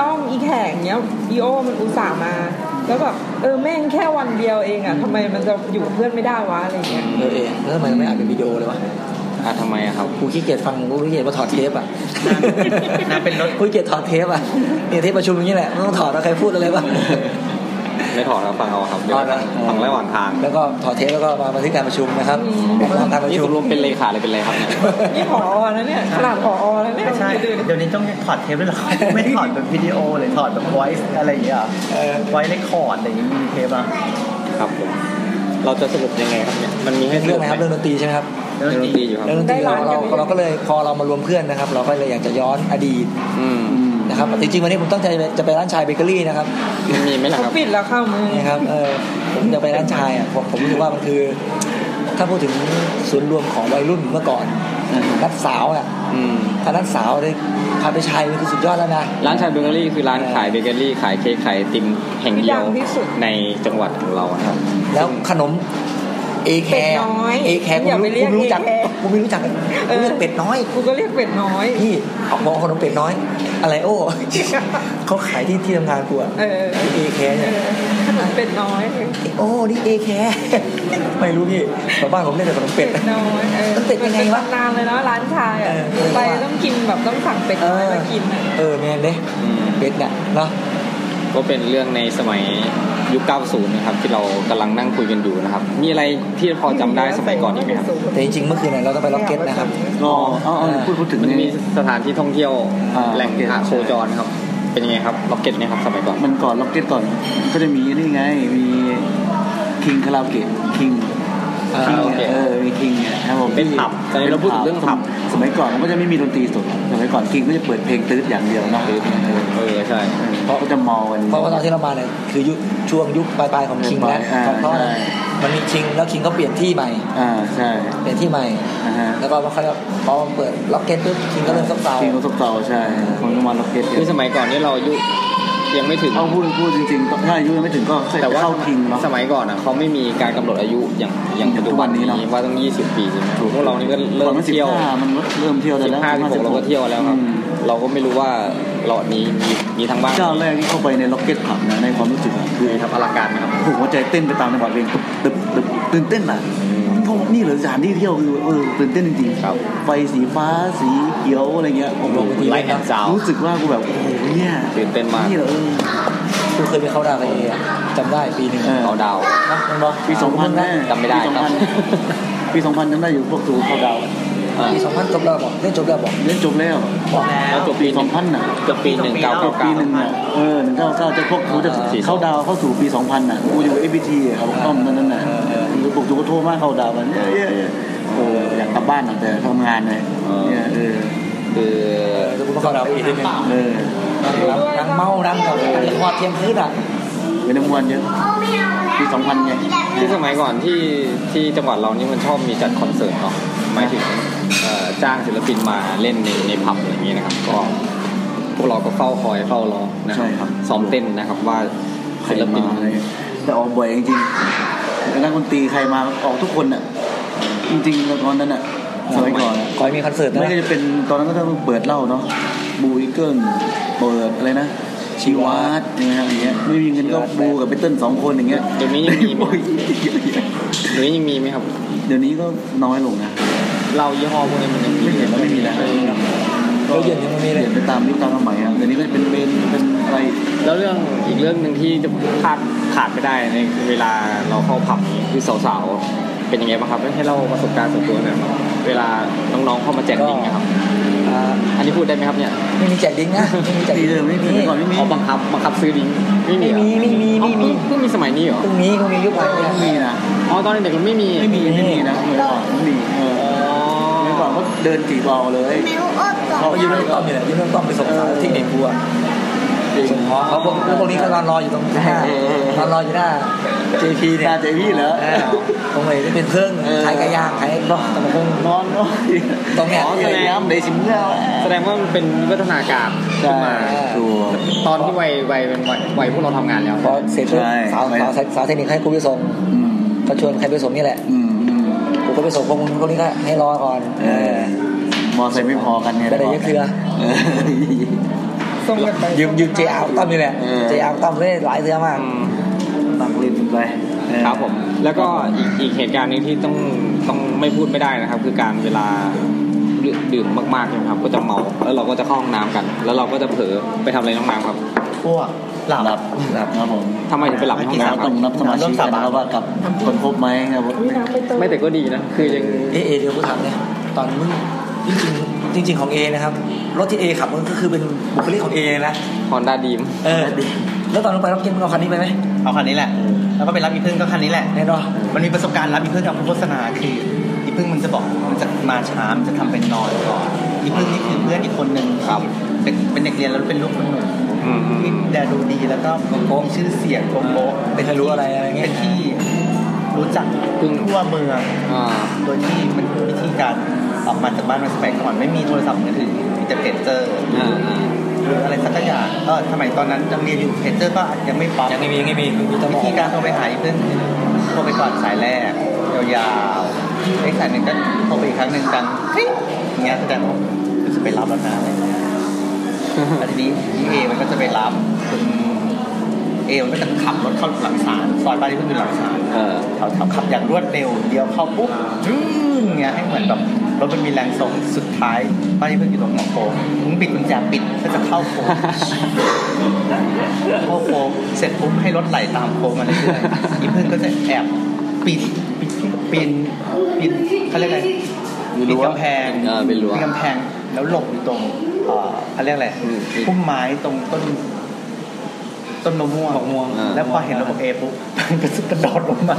Speaker 5: ต้องอีแขกอย่างเงี้ยอีโอมันอุตส่าห์มา แล้วแบบเออแม่งแค่วันเดียวเองอ่ะทำไมมันจะอยู่กับเพื่อนไม่ได้วะอะไรเงี้ย
Speaker 2: เออเองแล้วทำไมเราไม่อัดเป็นวิดีโอเลยวะ
Speaker 1: อ่ะทำไมอะครับ
Speaker 2: กูขี้เกียจฟังกูขี้เกียจมาถอดเทปอ่ะ
Speaker 4: น่าเป็นรถ
Speaker 2: กูขี้เกียจถอดเทปอ่ะเนี่ยเทปประชุมอย่างนี้แหละไม่ต้องถอดแล้วใครพูดอะไรบ้าง
Speaker 1: ไม่ถอดครับฟังเอาครับเดี๋ยว
Speaker 2: เอาละ
Speaker 1: ฟังระหว่างทาง
Speaker 2: แล้วก็ถอดเทปแล้วก็มาบันทึกการประชุมนะครับผมทำการประ
Speaker 1: นี่
Speaker 2: ชุ
Speaker 1: ต
Speaker 2: ม
Speaker 1: กลงเป็นเลขาหรือเป็นอะไรครับเนี่ย
Speaker 5: นี่ผอนะเนี่ยขนาดผอแล้วเนี่ย
Speaker 4: ไม่ใช่
Speaker 5: ดูดิ
Speaker 4: เดี๋ยวนี้ต้องถอดเทปด้วยเหรอ ไม่ถอดแบบวิดีโอเลยถอดแบบ voice อะไรอย่างเงี้ยเหรอ
Speaker 2: เออ
Speaker 4: voice record อะไรอย่างเงี้ยมีเทปอ่ะ
Speaker 1: ครับผมเราจะสรุปยังไงครับเนี่ยมันมีให้ส
Speaker 2: เรื่อ
Speaker 1: รุ
Speaker 2: ง
Speaker 1: ป
Speaker 2: ไหน
Speaker 1: ไหม
Speaker 2: ครับเรื่องดนตรีใช่ไหมครับ
Speaker 4: แล้ว
Speaker 1: เรื่องดนตรีอยู่ครับ
Speaker 2: เรื่องดนตรีเราเราเราก็เลยพอเรามารวมเพื่อนนะครับ เราก็เลยอยากจะย้อนอดีต
Speaker 1: อืม
Speaker 2: นะครับจริงๆวันนี้ผมตั้งใจจะไปร้านชายเบเกอรี่นะครับ
Speaker 1: มันมีไหมล่ะ
Speaker 5: เขา
Speaker 1: ครับ
Speaker 5: ปิดแล้วเข้ามือ
Speaker 2: นี่ครับ เออผมจะไปร้านชายอ่ะ ผมผมรู้สึกว่ามันคือ ถ้าพูดถึงศูนย์รวมของวัยรุ่นเมื่อก่อน นัดสาวอ่ะ
Speaker 1: อืม
Speaker 2: ถ้านัดสาวได้พาไปชายมันคือสุดยอดแล้วนะ
Speaker 1: ร้านชายเบเกอรี่คือร้านขายเบเกอรี่ขายเค้กขายไอติมแห่งเดียวในจังหวัดของเรานะครับ
Speaker 2: แล้วขนมเอแค
Speaker 5: เป็ด
Speaker 2: ร์
Speaker 5: น้อย
Speaker 2: เอแคร์
Speaker 5: อย่าไป
Speaker 2: กู
Speaker 5: เรียก
Speaker 2: รู้จัก
Speaker 5: เอแคร์
Speaker 2: กูไม่รู้จัก
Speaker 5: เอ
Speaker 2: กู
Speaker 5: อ
Speaker 2: รู้จักเป็ดน้อย
Speaker 5: กูก็เรียกเป็ดน้อย
Speaker 2: พี่ออกมองขนมเป็ดน้อย อะไรโอ้ เขาขายที่ที่ทำงานกูอ่ะ
Speaker 5: เออ
Speaker 2: เอแคร์
Speaker 5: เอ
Speaker 2: เนี่ย
Speaker 5: อขนาดเป็ดน้อย
Speaker 2: โอ้นี่เอแคร์ ไม่รู้พี่แต่บ้านผมเล่นแต่ขนมเป็ด
Speaker 5: เป็ดน้อยเออ
Speaker 2: มันเป็ดยังไงวะ
Speaker 5: นานเลยเนาะร้านชายอ่ะ
Speaker 2: เออ
Speaker 5: ไปต้องกินแบบต้องสั่งเป็ดน้อยมากินอ่ะ
Speaker 2: เออแมนเด้
Speaker 1: อืม
Speaker 2: เป็ดเนี่ยเนาะ
Speaker 1: ก็เป็นเรื่องในสมัยยุค 90 นะครับ ที่เรากำลังนั่งคุยกันอยู่นะครับ มีอะไรที่พอจำได้สมัยก่อนอีกไหมครับ
Speaker 2: แต่จริงๆเมื่อคืนน่ะเราต้องไปล็อกเก็ตนะครับ
Speaker 3: ก็เอาเอาพูดพูดถึง
Speaker 1: มันมี
Speaker 3: นี่
Speaker 1: สถานที่ท่องเที่ยว
Speaker 3: อ่า
Speaker 1: แหล่งโคจรครับ เป็นยังไงครับล็อกเก็ตเนี่ยครับสมัยก่อน
Speaker 3: มันก่อนล็อกเก็ตก่อน ก็จะมีนี่ไง มีคิงคาราโอเกะคิง
Speaker 1: อ่าโอเค
Speaker 3: เออมีคิงเนี่ยครับผม
Speaker 1: เป็นผับตอนนี้เราพูดถึงเรื่องผับ
Speaker 3: สมัยก่อนมันก็จะไม่มีดนตรีสดสมัยก่อนคิงก็จะเปิดเพลงตื๊ดอย่างเดียวเนาะ
Speaker 1: เออใช่
Speaker 3: เพราะก็จะเมากัน
Speaker 2: เพราะว่าตอนที่เรามาเนี่ยคือยุคช่วงยุคปลายๆของคิงแล้ว
Speaker 3: อ่า
Speaker 2: เพราะว่า
Speaker 3: ใช่
Speaker 2: มันมีคิงแล้วคิงก็เปลี่ยนที่ใหม่
Speaker 3: อ่าใช่
Speaker 2: เปลี่ยนที่ใหม่
Speaker 3: อ่าฮะ
Speaker 2: แล้วก็พอเขาเรียกว่าพอเปิดล็อกเก็ตปุ๊บคิงก็เริ่มซบเซา
Speaker 3: คิงก็ซบเซาใช่คนก็มาล็อกเก็ต
Speaker 1: คือสมัยก่อนนี่เราอายุ ยังไม่ถึง
Speaker 3: เอาพูดพูดจริงๆถ้าอายุยังไม่ถึงก็
Speaker 1: แต่ว่า
Speaker 3: เข้าพิงเนาะ
Speaker 1: สมัยก่อนอ่ะเขาไม่มีการกำหนดอายุอย่างอย่างปัจจุบันนี้
Speaker 3: ทุกวันนี้เนอะ
Speaker 1: ว่าต้อง 20 ปีใช่ไหมพวกเรานี่ก็เริ่มเที่ยว
Speaker 3: ตอนนั้น15มันเริ่มเที่ยวได้
Speaker 1: สิบ
Speaker 3: แล้ว
Speaker 1: ห้าสิบหกเราก็เที่ยวแล้วครับ
Speaker 3: อืม
Speaker 1: เราก็ไม่รู้ว่าหลอดนี้มีมีทั้งบ้าน
Speaker 3: เจ้าแรกที่เข้าไปในล็อกเก็ตผับนะในความรู้สึกอะคือ
Speaker 1: ครับอลังการไหมครับ
Speaker 3: ถูกหัวใจเต้นไปตามจังหวะเพลงตึบตึบตื่นเต้นอ่ะเพราะนี่เหรือสถานที่เที่ยวคือเออตื่นเต้นจริง
Speaker 1: ครับ
Speaker 3: ๆไฟสีฟ้าสีเขียวอะไรเงี้ยผมลงไปที
Speaker 1: ไลท์แอนด์ซาว
Speaker 3: รู้สึกว่ากูแบบโอ้โหเนี่ย
Speaker 1: ตื่นเต้นมาก
Speaker 3: นี่เหรอเออ
Speaker 2: กูเคยไปเข้าดาวไปเองอะจำได้ปีหนึ่ง
Speaker 3: เออ
Speaker 1: เขาดาว
Speaker 2: นะน้องๆ
Speaker 3: ปีสองพันแน่
Speaker 1: จำไม่ได้ครับ
Speaker 3: ปีสองพันจำได้อยู่พวกสูเข้าดาว
Speaker 2: ปีสองพันจบแล้วบอกเล่นจบแล้วบอก
Speaker 3: เล่นจบแล้ว
Speaker 4: บอกแล้
Speaker 1: แล้ว วจบ
Speaker 3: ปี
Speaker 1: ปีห
Speaker 3: สอ
Speaker 1: นึ่ง
Speaker 3: งพันน่ะ
Speaker 1: เกือบปีหนึ่งเก้าเก้า
Speaker 3: ปี
Speaker 1: เก้า
Speaker 3: หนึ่งน่ะเออหนึ่งเก้าเก้าจะพวกสูจะ
Speaker 1: สี่สิบ
Speaker 3: เข้าดาวเข้าสู่ปีสองพันน่ะกูอยู่เอฟบีทีครับต้อมตอนนั้นน่ะพวกสูก็โทรมาเข้าดาวมันเย้เย้เย้เอออยากกลับบ้านน่ะแต่ทำงานเลยเนี่ยเออ
Speaker 1: คือ
Speaker 2: แล้วกูไปเข้าดาวไปอีกทีหนึง
Speaker 3: เออ
Speaker 2: นั่งเมานั่งกับอันนี้คอดเที่ยงคืนอ่ะ
Speaker 3: เป็นน้ำมวนเยอะปีสองพันไง
Speaker 1: ที่สมัยก่อนที่ที่จังหวัดเรานี่มันชอบมีจัดคอนเสิร์ตเนาะหมายถึงเอ่อจ้างศิลปินมาเล่นในในผับอะไรอย่างเงี้ยนะครับ ก็พวกเราก็เฝ้าคอยเฝ้ารอนะครั
Speaker 3: ใช่
Speaker 1: บ
Speaker 3: ครับ
Speaker 1: ซ้อมเต้นนะครับว่า
Speaker 3: ใคร
Speaker 1: ศิลปิน
Speaker 3: มาอะไรแต่ออกบ่อยจริงๆนักดนตรีใครมาออกทุกคนอ่ะ จริงๆตอนนั้นอ่ะสมัยก่อนอะ
Speaker 2: ขอให้มีคอนเสิร์ต
Speaker 3: ไม่
Speaker 2: นะ
Speaker 3: ก็จะเป็นตอนนั้นก็ต้องเปิดเหล้าเนาะบูอีเกิลเปิดอะไรนะชีวาสเนี่ยอะไรเงี้ยไม่มีเงินก็บูกับไปเติ้ลสองคนอย่างเงี้ย
Speaker 1: เดี๋ยวนี้ยังมีไหม
Speaker 3: โอ้ยเยอะแยะ
Speaker 1: หรือยังมีไหมครับ
Speaker 3: เดี๋ยวนี้ก็น้อยลงนะ
Speaker 1: เหล้ายี่ห้อพวกนี้มันยังมี
Speaker 3: ไม่เห็นแล้วไม่มีแล้ว
Speaker 2: เดี๋ยวเย็นยังไม่มี
Speaker 3: เป
Speaker 2: เลย
Speaker 3: ลี่ยนไปตามยุคตามสมัยอ่ะเดี๋ยวนี้ก็จะเป็นเบนเป็นอะไร
Speaker 1: แล้วเรื่องอีกเรื่องหนึ่งที่จะพลาดขาดไม่ได้ในเวลาเราเข้าผับนี้คือสาวๆ เป็นยังไงบ้างครับให้เล่าประสบการณ์ส่วนตัวหน่อยครับเวลาน้องๆเข้ามาแจกดิ้งนะครับ
Speaker 2: อ่า
Speaker 1: อันนี้พูดได้ไหมครับเนี่ย
Speaker 2: ไม่มีแจกดิ้งนะไม่มีแจก
Speaker 3: ตี
Speaker 2: ดิ้ง
Speaker 3: เดิมไม่มีแต่ก่อนไม่มี
Speaker 1: เขาบังคับบังคับซื้อดิ้งไม่มี
Speaker 2: ไม่
Speaker 1: เหรอ
Speaker 2: มีไม่มี
Speaker 1: อ๋อ
Speaker 2: ไม่มี
Speaker 1: เพิ่งเพิ่งมีสมัยนี้เหรอ
Speaker 2: ตรงนี้เขามียุคไหน
Speaker 3: ไม่
Speaker 2: เนี่ย
Speaker 3: มีนะ
Speaker 1: อ๋อตอนเด็กๆมันไม่มี
Speaker 3: ไม่มีไม่มีนะเมื่อก่อนไม่มีเออ
Speaker 1: อ๋อ
Speaker 3: เมื่อก่อนก็เดินตีบอลเลย
Speaker 2: เขายืมเรื่องต้อมอยู่เนี่ยยืมเรื่องต้อมไปส่งสารที่เด็กกูอะส่งของเขาพวกพวกนี้ก็นอนรออยู่ตรงหน้านอนรออยู่หน้า JP เนี่ย
Speaker 3: ตาเจพี่เหรอ
Speaker 2: เออตรงไหนที่เป็นเพิ่งขายกระยางขายรอตรงเพิ่ง
Speaker 3: นอนก็
Speaker 2: ตรงเนี้ย
Speaker 3: เยย้ำเลยสิมเล่า
Speaker 1: แสดงว่ามันเป็นวิวัฒนาการขึ้นมา
Speaker 3: ถูก
Speaker 1: ตอนที่วัยวัยเป็นวัยวัยพวกเราทำงานแล้ว
Speaker 2: พอเสร็จปุ๊บ
Speaker 3: ใช่
Speaker 2: สาวสาวสาวสาวเทคนิคให้กูไปส่ง
Speaker 3: อืม
Speaker 2: ก็ชวนใครไปส่งนี่แหละ
Speaker 3: อืมอืม
Speaker 2: กูก็ไปส่งพวกมึงพวกนี้ก็ให้รอก่อน
Speaker 3: เออมอไซค์ไม่พอกันไง
Speaker 2: ได้เลยเยอะเครือ
Speaker 3: เออ
Speaker 5: ส่งกันไป
Speaker 2: ยืมยืมเจอาตั้มนี่แหละ
Speaker 3: เออ
Speaker 2: เจอาตั้มเล่นหลายเสื้อมาก
Speaker 1: อืม
Speaker 3: ตักลิ้นไปเออ
Speaker 1: ครับผมแล้วก็อีกอีกเหตุการณ์หนึงที่ต้องต้องไม่พูดไม่ได้นะครับ คือการเวลาดื่มมากๆนะครับ ก็จะเมาแล้วเราก็จะเข้าห้องน้ำกัน แล้วเราก็จะเผลอไปทำอะไรน้องน้ำครับ
Speaker 4: พวกหลับ
Speaker 3: หลับหลับครับผม
Speaker 1: ทำไมถึงไปหลับในห้องน้ำครับ
Speaker 3: ต้องนับสมาชิกกันนะครับว่ากลับคนครบไหมครับ
Speaker 5: อุ๊ยน้ำไปเติม
Speaker 1: ไม่แต่ก็ดีนะ คือยัง
Speaker 2: เอเอเดี๋ยวกูถามเนี่ยตอนมึงจริงๆจริง ๆของเอนะครับรถที่เอขับมันก็คือเป็นบุคลิกของเอนะ
Speaker 1: ฮอนด้าดีม
Speaker 2: เออแล้วตอนลงไปรับกินมึงเอาคันนี้ไปไหม
Speaker 4: เอาคันนี้แหละ แล้วก็ไปรับอีพึ่งก็คันนี้แหละ
Speaker 2: แน่นอน
Speaker 4: มันมีประสบการณ์รับอีพึ่งกับโฆษณาคืออีพึ่งมันจะบอกมันจะมาช้ามันจะทำเป็นนอนก่อนอีพึ่งนี่คือเพื่อนอีกคนหนึ่งครับเป็นเป็นเด็กเรียนแล้วเป็นลูกคนหนุ่ม
Speaker 1: อืมอืม
Speaker 4: ที่แดดูดีแล้วก็มีชื่อเสียงโกโก้
Speaker 2: เป็นใครรู้อะไรอะไรเงี้ย
Speaker 4: เป็นที่รู้จักทั่วเมือง
Speaker 1: อ่า
Speaker 4: โดยที่มันวิธีการออกมาจากบ้านมันสมัยก่อนไม่มีโทรศัพท์มือถือมีแต่เพจเจอร์
Speaker 1: อ่าอ่า
Speaker 4: หรืออะไรสักอย่างก็สมัยตอนนั้นยังเรียนอยู่เพจเจอร์ก็ยังไม่ป๊อป
Speaker 2: ยังไม่มียังไม่มีมีแต่หม
Speaker 4: วิ
Speaker 2: อ
Speaker 4: ธีการโทรไปหาอีกเพื่อนโทรไปก่อนสายแรกยาวๆไอ้สายหนึ่งก็โทรไปอีกครั้งหนึ่งกันเฮ้ยอย่างเงี้ยแสดงว่ากูจะไปรับแล้วนะอะไรเงี้ ยแล้วทีนี้อีเอมันก็จะไปรับคุณเอมันก็จะขับรถเข้าหลังศาลซอยบ้านที่เพิ่งอยู่หลังศาล
Speaker 1: เออ
Speaker 4: เขาขับขับอย่างรวดเร็วเดียวเข้าปุ๊บจึ้งเงี้ยให้เหมือนแบบรถมันมีแรงส่งสุดท้ายบ้านที่เพิ่งอยู่ตรงหัวโค้งมึงปิดกุญแจปิดก็จะเข้าโค้ง เข้าโค้งเสร็จปุ๊บให้รถไหลตามโค้งมาเรื่อยๆอีเพื่อนก็จะแอบปีนปีนปีนเขาเรียกอะไรปีนกำแพง
Speaker 1: เออเป็นรั้ว
Speaker 4: ปีนกำแพงแล้วหลบอยู่ตรงเอ่อเขาเรียกอะไร
Speaker 1: อืม
Speaker 4: พุ่มไม้ตรงต้น ต้นมะม่วงมะม่วง
Speaker 1: อ่า
Speaker 4: แล้วพอเห็นระบบเอปุ๊บมันก็จะกระโดดลงมา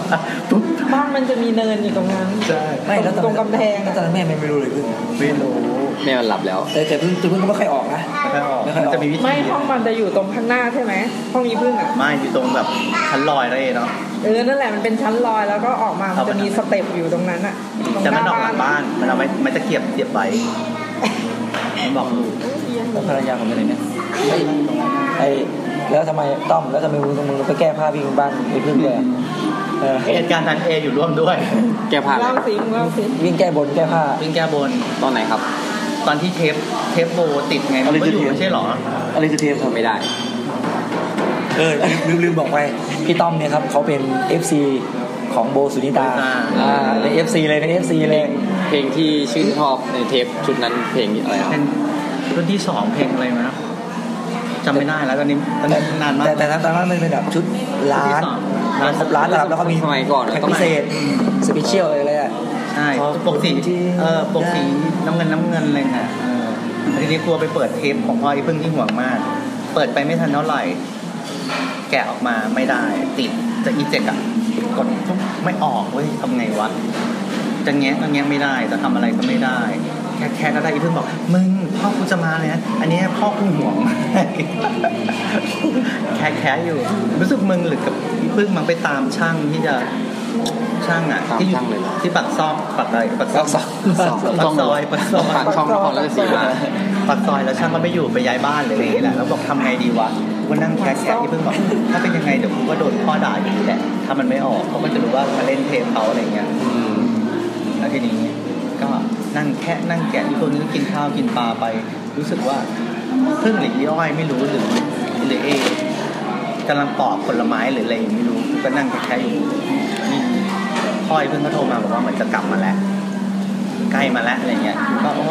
Speaker 4: ปุ๊บ
Speaker 5: บ้านมันจะมีเนินอยู่ตรงนั้น
Speaker 4: ใช่
Speaker 2: ไม่แล้ว
Speaker 5: ตรงกำแพง
Speaker 2: แล้วตอนนั้นแม่ไม่รู้เลยเพิ่ง
Speaker 4: ไม่รู้
Speaker 1: แม่มันหลับแล้ว
Speaker 2: แต่แต่เพิ่งแต่เพิ่งก็ไม่ค่อยออกนะ
Speaker 4: ไม่ค่อยออกมันจะมีวิธี
Speaker 5: ไม่ห้องมันจะอยู่ตรงข้างหน้าใช่ไหมห้องนี้พึ่งอ่ะ
Speaker 4: ไม่อยู่ตรงแบบชั้นลอยนั่นเองเนาะ
Speaker 5: เออนั่นแหละมันเป็นชั้นลอยแล้วก็ออกมามันจะมีสเต็ปอยู่ตรงนั้นอ่ะตรง
Speaker 4: แต่
Speaker 5: ห
Speaker 4: มัน
Speaker 5: น้า
Speaker 4: ออกหลัง
Speaker 5: บ้าน
Speaker 4: บ้านมันเอาไม้ไม้ตะเกียบเสียบไว้มันบอกลูก
Speaker 5: เอียง
Speaker 2: ภรรยาของอะไรเนี่ยไอ้ไอ้ แล้วทำไมต้อมแล้วทำไมมึงมึงไปแก้ผ้าพี่มึงบ้านไอ้พึ่งด้วยอะเออ
Speaker 4: เหตุการณ์นั้นเออยู่ร่วมด้วย
Speaker 1: แกผ่าน
Speaker 5: เล่าสิมึงเล่าสิ
Speaker 2: วิ่งแก้บนแก้ผ้า
Speaker 4: วิ่งแก้บน
Speaker 1: ตอนไหนครับ
Speaker 4: ตอนที่เทปเทปโบติดไงมันก็อยู่ไม่ใช่เหรอ
Speaker 3: อะไรคือเทปครับ
Speaker 1: ไม่ได้
Speaker 2: เออลืมลืมบอกไปพี่ต้อมเนี่ยครับเขาเป็น FC ของโบสุนิตา
Speaker 4: อ่า
Speaker 2: อ่าเป็น FC เลยเป็น FC เลย
Speaker 1: เพลงที่ชื่นชอบในเทปชุดนั้นเพลงอะไรครับ
Speaker 4: เป็นรุ่นที่สองเพลงอะไรมานะจำไม่ได้แล้วตอนนี้ตอน
Speaker 2: แต่
Speaker 4: นี้นานมาก
Speaker 2: แต่แต่ตอนนั้นมันเป็นแบบชุดร้าน
Speaker 4: ร้าน
Speaker 2: ครบร้านนะครับแล้วก็มี
Speaker 1: สมัยก่อน
Speaker 2: แพ็ค
Speaker 1: ต้อง
Speaker 2: พิเศษสเปเชียลอะไรเลยอะ
Speaker 4: ใช่ปกสีเออปกสีน้ำเงินน้ำเงินเลยค่ะเออทีนี้กลัวไปเปิดเทปของพ่ออีพึ่งที่ห่วงมาก เปิดไปไม่ทันเท่าไหร่ แกะออกมาไม่ได้ ติดจะอีเจ็กอะกดปุ๊บไม่ออกเว้ยทำไงวะ จะแงะก็แงะไม่ได้จะทำอะไรก็ไม่ได้ แค่แค่ก็ได้อีพึ่งบอกมึงพ่อกูจะมาเลยนะอันเนี้ยพ่อกูห่วง มากแค่แค่อยู่ รู้สึกมึงหรือกับอีพึ่งมันไปตามช่างที่จะช่างอะ
Speaker 1: ตาม
Speaker 4: ที่อยู่
Speaker 1: ช่างเลยเหรอ
Speaker 4: ที่ปักซอกปักอะไรปักซอก
Speaker 2: ปักซอก
Speaker 4: ปักซอยปักซอย
Speaker 1: ผ่านช่องนครราชสีมา
Speaker 4: ปักซอยแล้วช่างก็ไม่อยู่ไปย้ายบ้านเลยอะไรอย่างเงี้ยแหละแล้วบอกทำไงดีวะก็นั่งแคะแคะที่เพิ่งบอกถ้าเป็นยังไงเดี๋ยวกูก็โดนพ่อด่าอยู่ดีแหละถ้ามันไม่ออกเขาก็จะรู้ว่ามาเล่นเทปเขาอะไรเงี้ย
Speaker 1: อืม
Speaker 4: แล้วทีนี้ก็นั่งแคะนั่งแกะอีกคนนึงก็กินข้าวกินปลาไป รู้สึกว่าเพิ่งหรือย้อยไม่รู้หรือหรือเองกำลังปอกผลไม้หรืออะไรอย่างงี้ไม่รู้ก็นั่งแคะแคะอยู่นี่พ่อยเพิ่งก็โทรมาบอกว่ามันจะกลับมาแล้ว ใกล้มาแล้วอะไรเงี้ย ก็โอ้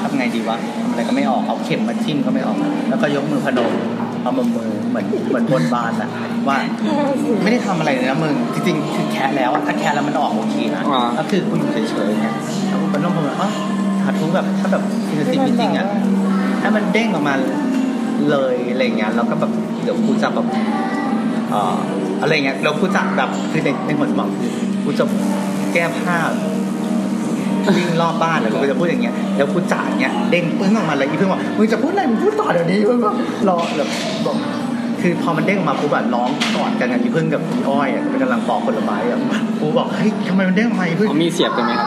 Speaker 4: ทำไงดีวะทำอะไรก็ไม่ออก เอาเข็มมาทิ่มก็ไม่ออก แล้วก็ยกมือพนม เอามามือเหมือนเหมือนบนบานอะว่าไม่ได้ทำอะไรเลยนะมึง จริงๆคือแคะแล้วอะถ้าแคะแล้วมันออกโอเคนะก็คือกูอยู่เฉยๆเนี่ยแล้วกูพนมพนมอ๋อหาทุกแบบถ้าแบบคือจริงจริงๆอะถ้ามันเด้งออกมาเลยอะไรเงี้ย แล้วก็แบบเดี๋ยวกูจะแบบ เอ่ออะไรเงี้ยแล้วกูจะแบบคือในในหัวสมองคือกูจะแก้ผ้า วิ่งรอบบ้านแล้วกูจะพูดอย่างเงี้ยแล้วกูจ่าอย่างเงี้ยเด้งปึ้งออกมาเลยอีเพิ่งบอกมึงจะพูดอะไรมึงพูดต่อเดี๋ยวนี้มึงก็รอแบบบอกคือพอมันเด้งมากูแบบร้องกอดกันอ่ะอีเพิ่งกับอีอ้อยอ่ะมันกำลังปอกผลไม้อ่ะกูบอกเฮ้ยทำไมมันเด้งมาอีเพิ่ง
Speaker 1: เอามีดเสียบกันไหมครับ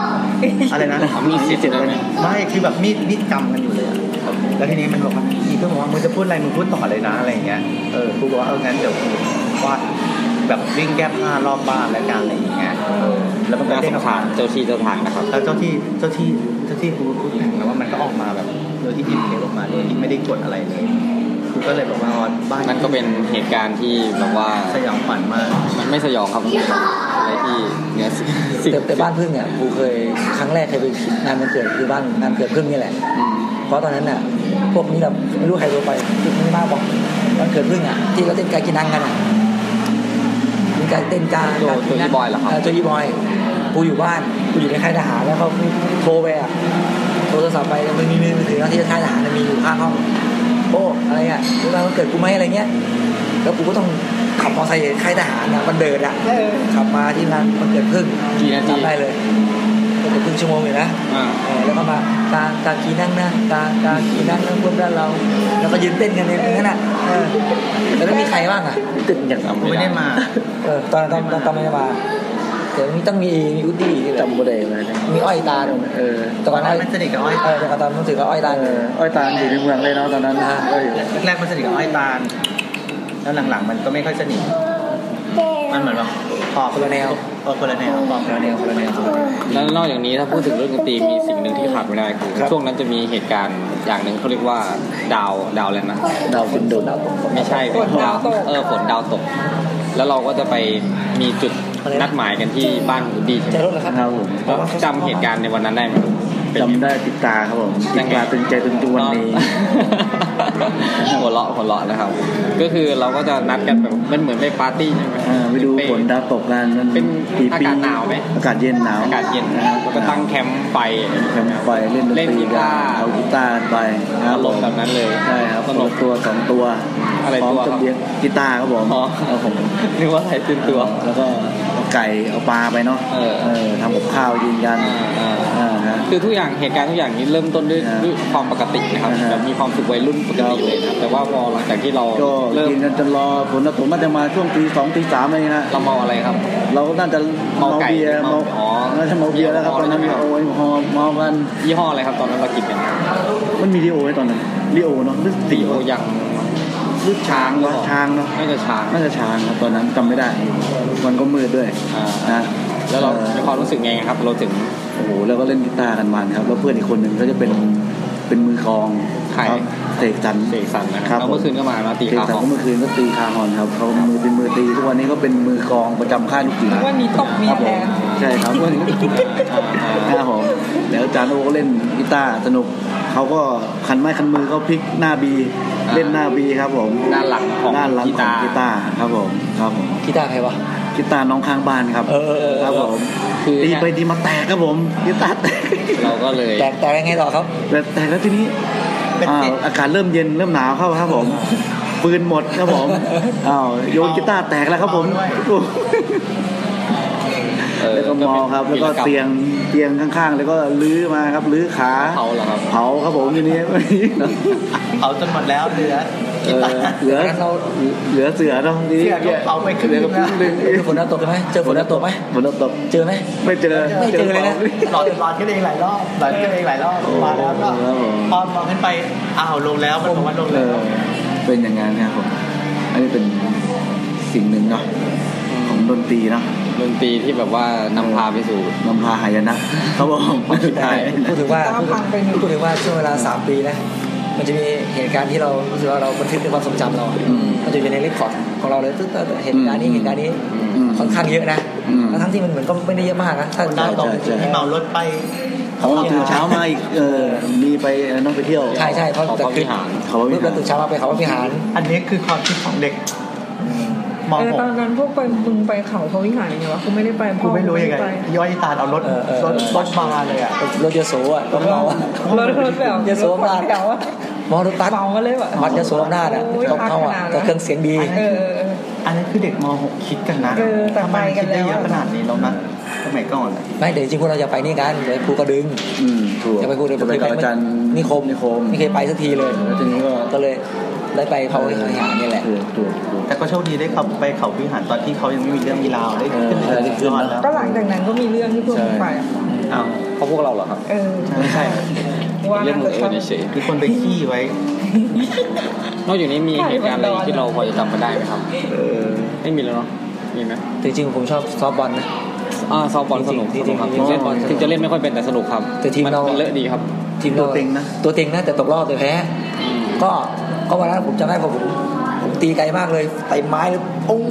Speaker 4: อะไรนะ
Speaker 1: เอามีดเสียบกันไหม
Speaker 4: ไม่คือแบบมีดมีดกำกันอยู่เลยอ่ะแล้วทีนี้มันบอกว่าอีเพิ่งบอกว่ามึงจะพูดอะไรมึงพูดต่อเลยนะอะไรอย่างเงี้ยเออกูบอกว่าเอางั้นเดี๋ยวกูวาดแบบวิ่งแก้ผ้ารอบบ้านแล้วกันอะไรอย่างเงี้ยเออแล้วมันก็
Speaker 1: น่าส
Speaker 4: เด้ง
Speaker 1: ง
Speaker 4: ออ
Speaker 1: สาม
Speaker 4: การ
Speaker 1: เจ้าที่เจ้าทางนะครับ
Speaker 4: แล้วเจ้าที่เจ้าที่เจ้าที่กูกูเห็นแล้วว่ามันก็ออกมาแบบโดยที่หยิบเทปออกมาโดยที่ไม่ได้กดอะไรเลยกูก็เลยบอกว่าอ๋อบ้าน
Speaker 1: มันก็เป็นเหตุการณ์ที่แบบว่า
Speaker 4: สยองขวัญมาก
Speaker 1: มันไม่สยองครับมันเป็นอะไรที่เหนื้อสิ่งสิ่ง
Speaker 2: แต่แต่บ้านพึ่งเนี่ยกูเคยครั้งแรกเคยไปงานมันเกิดคือบ้านงานเกิดพึ่งนี่แหละ
Speaker 1: อืม
Speaker 2: เพราะตอนนั้นน่ะพวกนี้แบบไม่รู้ใครโทรไปพึ่งไม่บ้าบอกมันเกิดพึ่งอ่ะที่เขาเต้นการกินนังกันอ่ะมีการเต้นการ
Speaker 1: โจโจที่บอยเหรอครับ
Speaker 2: เออโจยี่บอยกูอยู่บ้านกูอยู่ในค่ายทหารแล้วเขาโทรไปอ่ะโทรศัพท์ไปมันมีมือถือที่ค่ายทหารน่ะมีอยู่ข้างห้องโอ้อะไรอ่ะรู้ไหมมันเกิดกูไหมอะไรเงี้ยแล้วกูก็ต้องขับมอเตอร์ไซค์ค่ายทหารอ่ะมันเดินอ่ะ
Speaker 5: เออ
Speaker 2: ขับมาที่งานมันเกิดพึ่ง
Speaker 1: กี่นาที
Speaker 2: จำได้เลยมันเกิดพึ่งชั่วโมงอยู่นะ
Speaker 1: อ่า
Speaker 2: เออแล้วก็มาตาตากีนั่งนะตาตากีนั่งนั่งพวกด้านเรา แล้วก็ยืนเต้นกันในนั้นน่ะเออแล้วไม่มีใครบ้างอ่ะ
Speaker 4: กูไม่ได้มา
Speaker 2: เออตอนตอนตอนตอนไม่ได้มาเดี๋ยวมีต้องมีมีอุดดี้นี่แหละ
Speaker 3: จำประเด็นอะไรนะ
Speaker 2: มีอ้อยตาล
Speaker 3: เออ
Speaker 2: แต่ก่อน
Speaker 4: ตอนนั้
Speaker 2: อ้อย
Speaker 4: นมันสนิทกับอ้อย
Speaker 2: เออแต่ก่อนตอนรู้สึกว่าอ้อยตาล
Speaker 3: เอออ้อยตาลอยู่ในเมืองเลยเนาะตอนนั้น
Speaker 2: อ่า
Speaker 3: ก็อยู่
Speaker 4: แรกๆมันสนิทกับอ้อยตาล แล้วหลังๆ มันก็ไม่ค่อยสนิท มันเหมือนแบบพอ
Speaker 2: คนละแนว
Speaker 4: เออคนละแนวพอคนละแนวคนละแนว
Speaker 1: แล้วนอกจากนี้ถ้าพูดถึงเรื่องดนตรีมีสิ่งหนึ่งที่ขาดไม่ได้คือ
Speaker 3: ครับ
Speaker 1: ช่วงนั้นจะมีเหตุการณ์อย่างหนึ่งเขาเรียกว่าดาวดาวอะไรนะ
Speaker 3: ดาวฝนโดด
Speaker 1: ไม่ใช่ฝนดาวตกเออฝนดาวตก แล้วเราก็จะไปมีจุดนัดหมายกันที่บ้านคุณดีใช่
Speaker 2: ใจ
Speaker 1: ไหม
Speaker 2: รถเหรอครับ
Speaker 3: ครับผม
Speaker 1: แล้วจำเหตุการณ์ในวันนั้นได้ไหมเป็น
Speaker 3: จำได้ติดตาครับผมติดตาตึงใจตึงจวนนี้
Speaker 1: หัวเราะหัวเราะนะครับ ก็คือเราก็จะนัดกันแบบมันเหมือนไปปาร์ตี้ใช่ไหม
Speaker 3: อ่าไปดูฝนดาวตกกันมัน
Speaker 1: เป็นอากาศหนาวไหม
Speaker 3: อากาศเย็นหนาว
Speaker 1: อากาศเย็นนะครับแล้วก็ตั้งแคมป์ไฟ
Speaker 3: แคมป์ไฟเล่นดน
Speaker 1: เล่น
Speaker 3: ตรี
Speaker 1: กี
Speaker 3: กั
Speaker 1: ตาร์
Speaker 3: นเอากีตาร์ไปนะค
Speaker 1: อา
Speaker 3: รับ
Speaker 1: ร
Speaker 3: ผม ม
Speaker 1: ณ์แบบนั้นเลย
Speaker 3: ใช่ครับ
Speaker 1: ส
Speaker 3: คน
Speaker 1: นุ
Speaker 3: ละ
Speaker 1: ก
Speaker 3: ตัวสองตัว
Speaker 1: อะไร
Speaker 3: พร้อม
Speaker 1: ตัวครับ
Speaker 3: กับเลี้ยงกีตาร์ครับผม
Speaker 1: อ๋อ
Speaker 3: ครับผม
Speaker 1: นึกว่าอะไรตื่นตัว
Speaker 3: แล้วก็เอาไก่เอาปลาไปเนาะ
Speaker 1: เออ
Speaker 3: เออทำกับข้าวกินกัน
Speaker 1: อ่า
Speaker 3: อ่าฮะ
Speaker 1: คือทุกอย่างเหตุการณ์ทุกอย่างนี้เริ่มต้นด้วย
Speaker 3: อ่า
Speaker 1: ด้วยความปกตินะครับ
Speaker 3: อ่าฮะ
Speaker 1: แบบมีความสุขวัยรุ่นปกติเลยนะครับแต่ว่าพอหลังจากที่เรา
Speaker 3: ก็
Speaker 1: เริ่ม
Speaker 3: กินกันจนรอฝนตกมันจะมาช่วงตีสองตีสามอะไรนะ
Speaker 1: เราเมาอะไรครับ
Speaker 3: เราก็น่าจะ
Speaker 1: เมา
Speaker 3: เมา
Speaker 1: ไก่
Speaker 3: เบียร์
Speaker 1: เมา
Speaker 3: เมา
Speaker 1: อ๋อ
Speaker 3: น่าจะเมาเบียร์แล้วครับตอนนั้น
Speaker 1: เมา
Speaker 3: โอ้ยหอล์เมากัน
Speaker 1: ยี่ห้ออะไรครับตอนนั้นเรากินกัน
Speaker 3: มันมีดีโอไหมตอนนั้นดีโอเนาะหรือสี
Speaker 1: โอ
Speaker 3: วะ
Speaker 1: ยัง
Speaker 3: ชื่อช้างวะช้างเนาะ
Speaker 1: น่าจะช้าง
Speaker 3: น่าจะช้างครับตอนนั้นจำไม่ได้ มันก็มืดด้วย
Speaker 1: อ่า
Speaker 3: นะ
Speaker 1: แล้วเรา
Speaker 3: ออ
Speaker 1: ในความรู้สึกไงครับ เราถึง
Speaker 3: โอ้โหแล้วก็เล่นกีตาร์กันมันครับแล้วเพื่อนอีกคนหนึ่งก็จะเป็นเป็นมือกลอง
Speaker 1: ใคร
Speaker 3: บเสกสรร
Speaker 1: เสกสรรนะค
Speaker 3: ค
Speaker 1: รับ
Speaker 3: รั
Speaker 1: บ แล้วเมื่อคืน
Speaker 3: ผม
Speaker 1: ก็มาแล้วตี
Speaker 3: เสก
Speaker 1: คา
Speaker 3: สรร
Speaker 1: ของ
Speaker 3: ก็เมื่อคืนก็ตีคาฮอนครับเขามือเป็นมือตีทุกวันนี้ก็เป็นมือกลองประจำค่ายลูกตี
Speaker 5: วันนี้ตบเมี
Speaker 3: ค
Speaker 5: ย
Speaker 3: รับผ
Speaker 5: แท
Speaker 3: ม
Speaker 5: น
Speaker 3: ใช่ ครับวันนี้ครับผมแล้วอาจารย์โอก็เล่นกีตาร์สนุกเขาก็คันไม้คันมือเขาพลิกหน้าบี
Speaker 1: อ่า
Speaker 3: เล่นหน้าบีครับผม
Speaker 1: ด้านหลังของ
Speaker 3: ด้านหลัง
Speaker 1: กี
Speaker 3: ของ
Speaker 1: ตาร์
Speaker 3: กีตาร์ครับผมครับผม
Speaker 2: กีตาร์ใครวะ
Speaker 3: กีตาร์น้องข้างบ้านครับ
Speaker 2: เออเออเออ
Speaker 3: ครับผม
Speaker 1: คือ
Speaker 3: ตี
Speaker 1: เนี่ย
Speaker 3: ไปตีมาแตกครับผมกีตาร์แตก
Speaker 1: เราก็เลย
Speaker 2: แตกแตกยังไงต่อครับ
Speaker 3: แต่แต่แล้วทีนี้
Speaker 4: เป็น
Speaker 3: อ้าว
Speaker 4: ติด
Speaker 3: อากาศเริ่มเย็นเริ่มหนาวเข้าครับผม ปืนหมดครับผมอ้าวโยนกีตาร์แตกแล้วครับผม
Speaker 1: เออ
Speaker 3: แล้วก็มองครับ แล้ว
Speaker 1: วี
Speaker 3: ก็
Speaker 1: รม
Speaker 3: เตียงเตียงข้างๆ แล้วก็ลื้อมาครับลื้อขา
Speaker 1: เขาเหรอครับ
Speaker 3: เผาครับผมทีนี้
Speaker 4: เผาจนหมดแล้วเหลือ
Speaker 3: เออเห
Speaker 4: กีตาร์
Speaker 3: ลือ
Speaker 2: เรา
Speaker 3: เหลือเสือเนาะทีนี้
Speaker 4: เสือก็เผาไปครึ่ง
Speaker 3: หลือก็
Speaker 4: แล้ว
Speaker 3: ครึ่งห
Speaker 2: เจ
Speaker 3: นึ่
Speaker 2: องฝนดาวตกไหมเจอฝนดาวตกไหม
Speaker 3: ฝนตก
Speaker 2: เจอไหม
Speaker 3: ไม่เจอ
Speaker 2: ไม่เจอเลยนะ
Speaker 4: หลอดหลอดกันเองหลายรอบหลอดกันเองหลายรอบมาแล้วก็พอมองขึ้นไปอ้าวลงแล้วมันบอกว่าลง
Speaker 3: เอ
Speaker 4: แล้ว
Speaker 3: อเป็นอย่างนั้นครับผมอันนี้เป็นสิ่งหนึ่งเนาะของดนตรีเนาะ
Speaker 1: ดนตรีที่แบบว่านำพาไปสู่
Speaker 3: นำพาหายนะครับ ผม
Speaker 1: ได้
Speaker 2: พูดถึงว่า
Speaker 5: ก้าวพังไปหนึ่ง
Speaker 2: พูดถึงว่าช่วงเวลา 3 ปีนะมันจะมีเหตุการณ์ที่เรารู้สึกว่าเราบันทึกในความทรงจำเรา
Speaker 3: อืม
Speaker 2: มันจะอยู่ในเรคคอร์ดของเราเลยตึ๊ดตึ๊ดตึ๊ดเหตุการณ์นี้
Speaker 3: อืม
Speaker 2: เหตุการณ์นี้
Speaker 3: อืม
Speaker 2: ค่อนข้างเยอะนะ
Speaker 3: อืม
Speaker 2: ทั้งที่มันเหมือนก็ไม่ได้เยอะมากนะถ้า
Speaker 4: คนดาวตก
Speaker 3: ใช่ใช่
Speaker 4: เมารถไป
Speaker 3: เขาตื่นเช้ามาอีกเออมีไปเอ่อน้องไปเที่ยว
Speaker 2: ใช่ใช่เพราะ
Speaker 1: ของพ
Speaker 2: แต่
Speaker 1: ระ
Speaker 2: คื
Speaker 1: วิ
Speaker 2: อ
Speaker 1: หาร
Speaker 3: เขาว่า
Speaker 2: เมื่
Speaker 3: วิ
Speaker 2: อ
Speaker 3: หาร
Speaker 2: เราตื่นเช้ามาไปเขาว่าพิหาร
Speaker 4: อันนี้คือความคิดของเด็กม
Speaker 5: เออ
Speaker 4: หก
Speaker 5: ตอนนั้นพวกไปมึงไปเขาพระวิหารไงวะกูไม่ได้ไป
Speaker 4: กู
Speaker 5: พ่อ
Speaker 4: ไม่รู้ยังไง
Speaker 5: ป
Speaker 4: ย้อยตาลเอารถรถรถมาเลยอ่ะ
Speaker 2: รถยโสอ่ะรถเราอ่ะ
Speaker 5: รถรถแบบ
Speaker 2: อย่าสวม
Speaker 5: รถ
Speaker 2: บาตร
Speaker 5: แถวอะ
Speaker 2: มอรถตัส
Speaker 5: เมากันเลยว่ะ
Speaker 2: วัดยโสอำนาจอ่ะ
Speaker 5: โอ้ย
Speaker 2: ต้องเข้าอ่ะ
Speaker 5: พั
Speaker 2: แต่
Speaker 5: กขนาดนั้น
Speaker 2: เครื่องเสียงดี
Speaker 5: เออ
Speaker 4: อันนั้นคือเด็กมหกคิดกันนะ
Speaker 5: เออแต่ไปกันแล้ว
Speaker 4: ทำไมมัคิดได้
Speaker 5: อะ
Speaker 4: เยอะขนาดนี้แล้วนะสมัยก่อนอะ
Speaker 2: ไม่แต่จริงๆพวกเราจะไปนี่กันเดี๋ยวครูกระดึง
Speaker 3: อืมถูก
Speaker 2: จะไปกูเดี๋ยว
Speaker 3: จะไปกับอาจารย์
Speaker 2: นิคม
Speaker 3: นิคม
Speaker 2: ไม่เคยไปสักทีเลย
Speaker 3: แล้วทีนี้ก็
Speaker 2: ก็เลยได้ไปเผาวิหารนี่แหละ
Speaker 3: ถูกถูกถูก
Speaker 4: แต่ก็โชคดีได้ขับไปเขาวิหารตอนที่เขายังไม่มีเรื่องมีราวได้ขึ้น
Speaker 3: เออได้ขึ้
Speaker 4: ย
Speaker 3: น
Speaker 4: อ
Speaker 3: แล้
Speaker 4: ด
Speaker 3: ว
Speaker 4: แล้ว
Speaker 5: ก็หลังจากนั้นก็มีเรื่องที่พวกมึงไปอะ
Speaker 4: อ้าว
Speaker 1: เพราะพวกเราเหรอครับ
Speaker 5: เออ
Speaker 4: ไม่ใช่
Speaker 5: ว่า
Speaker 1: เรื่อง
Speaker 5: น่า
Speaker 1: ขอ
Speaker 5: จะ
Speaker 1: งเอญ
Speaker 5: ชอบ
Speaker 1: เฉย
Speaker 4: มีคนไปขี้ไว้
Speaker 1: ๆนอกจากนี้มีเหตุการณ์อะไรอีกที่เราพอจะจำมาได้ไหมครับ
Speaker 3: เออ
Speaker 1: ไม่มีแล้วเนาะ มีไหม
Speaker 2: จริงๆผมชอบซอฟต์บอลนะ
Speaker 1: อ่าซ้อมบอลสนุก
Speaker 2: จริงๆ
Speaker 1: สนุกครับ
Speaker 2: จริงๆ
Speaker 1: เล่นบอล
Speaker 2: สนุก
Speaker 1: ถึงจะเล่นไม่ค่อยเป็นแต่สนุกครับ
Speaker 2: แต่ทีม
Speaker 1: น
Speaker 2: เรามั
Speaker 1: นเลอะดีครับ
Speaker 2: ทีม
Speaker 4: ตัว
Speaker 2: รา
Speaker 4: เต็งนะ
Speaker 2: ตัวเต็งนะแต่ตกรอบแต่แพ้
Speaker 1: อืม
Speaker 2: ก็ก็วันนั้นผมจำได้ผมผมตีไกลมากเลยไต่ไม้เลยปุ้ง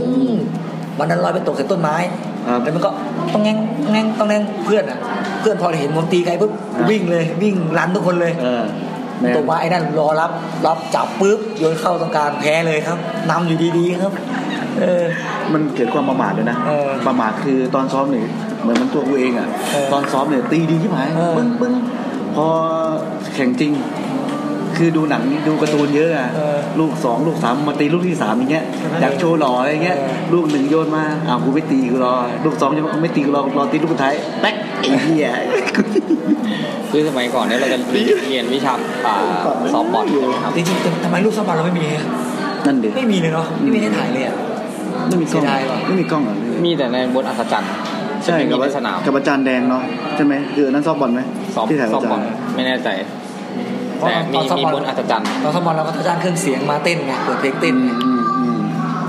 Speaker 2: วันนั้นลอยไปตกใส่ต้นไม้
Speaker 3: ครับ
Speaker 2: แล้วมันก็ต้องแง่งแง่งต้องแง่งเพื่อนอ่ะ เพื่อนพอเห็นผมตีไกลปุ๊บ
Speaker 3: อ่ะ
Speaker 2: วิ่งเลยวิ่งรันทุกคนเลย
Speaker 3: เออแมน
Speaker 2: ตกมาไอ้นั่นรอรับรับจับปุ๊บโยนเข้าตรงกลางแพ้เลยครับนำอยู่ดีๆครับ เออ
Speaker 3: มันเกิดความประมาทเลยนะ
Speaker 2: เออ
Speaker 3: ประมาทคือตอนซ้อมเนี่ยเหมือนมันตัวกูเองอ่ะ
Speaker 2: เออ
Speaker 3: ตอนซ้อมเนี่ยตีดีที่หมาย
Speaker 2: เออ
Speaker 3: ปึ้งปึ้งพอแข่งจริง คือดูหนังดูการ์ตูนเยอะอ่ะ
Speaker 2: เออ
Speaker 3: ลูกสองลูกสามมาตีลูกที่สามอย่างเงี้ย
Speaker 2: ใช่ไหม
Speaker 3: อยากโชว์หล่ออะไรเงี้ย
Speaker 2: เออ
Speaker 3: ลูกหนึ่งโยนมาอ้าวกูไม่ตีกูรอ ลูกสองยังไม่ตีกูรอรอตีลูกสุดท้ายแป๊กไอ้เหี้ย
Speaker 1: คือสมัยก่อนเนี่ยเราจะ เรียนวิชาอ่าซ้อมบอลใช่ไหมครับ
Speaker 2: จริงๆทำไมรูปซอฟต์บอลเราไม่มีฮะ
Speaker 3: นั่นดิ
Speaker 2: ไม่มีเลยเนาะไม่มีให้ถ่ายเลยอ่ะ
Speaker 3: ไม่มีกล้อง
Speaker 2: เสียดายว่ะ
Speaker 3: ไม่มีกล้องเหรอ
Speaker 1: มีแต่ในบนอัศจรรย์
Speaker 3: ใช่
Speaker 1: ไม่
Speaker 3: กั
Speaker 1: มี
Speaker 3: บ
Speaker 1: ในสนาม
Speaker 3: กับอาจารย์แดงเนาะใช่ไหมคืออันนั้นซ้อมบอลไหม
Speaker 1: ซ้อม
Speaker 3: ที่ถ่ายกั
Speaker 1: ซ้อบ ม
Speaker 3: อา
Speaker 1: บอล
Speaker 3: จารย์
Speaker 1: ไม่แน่ใจ แต่มี
Speaker 2: เพราะตอน
Speaker 1: มี
Speaker 2: ตอน
Speaker 1: บนอัศจรรย์
Speaker 2: เราสมอนเราก็จ้างเครื่องเสียงมาเต้นไงเปิดเพลงเต้นไง
Speaker 3: อืมอืมอืม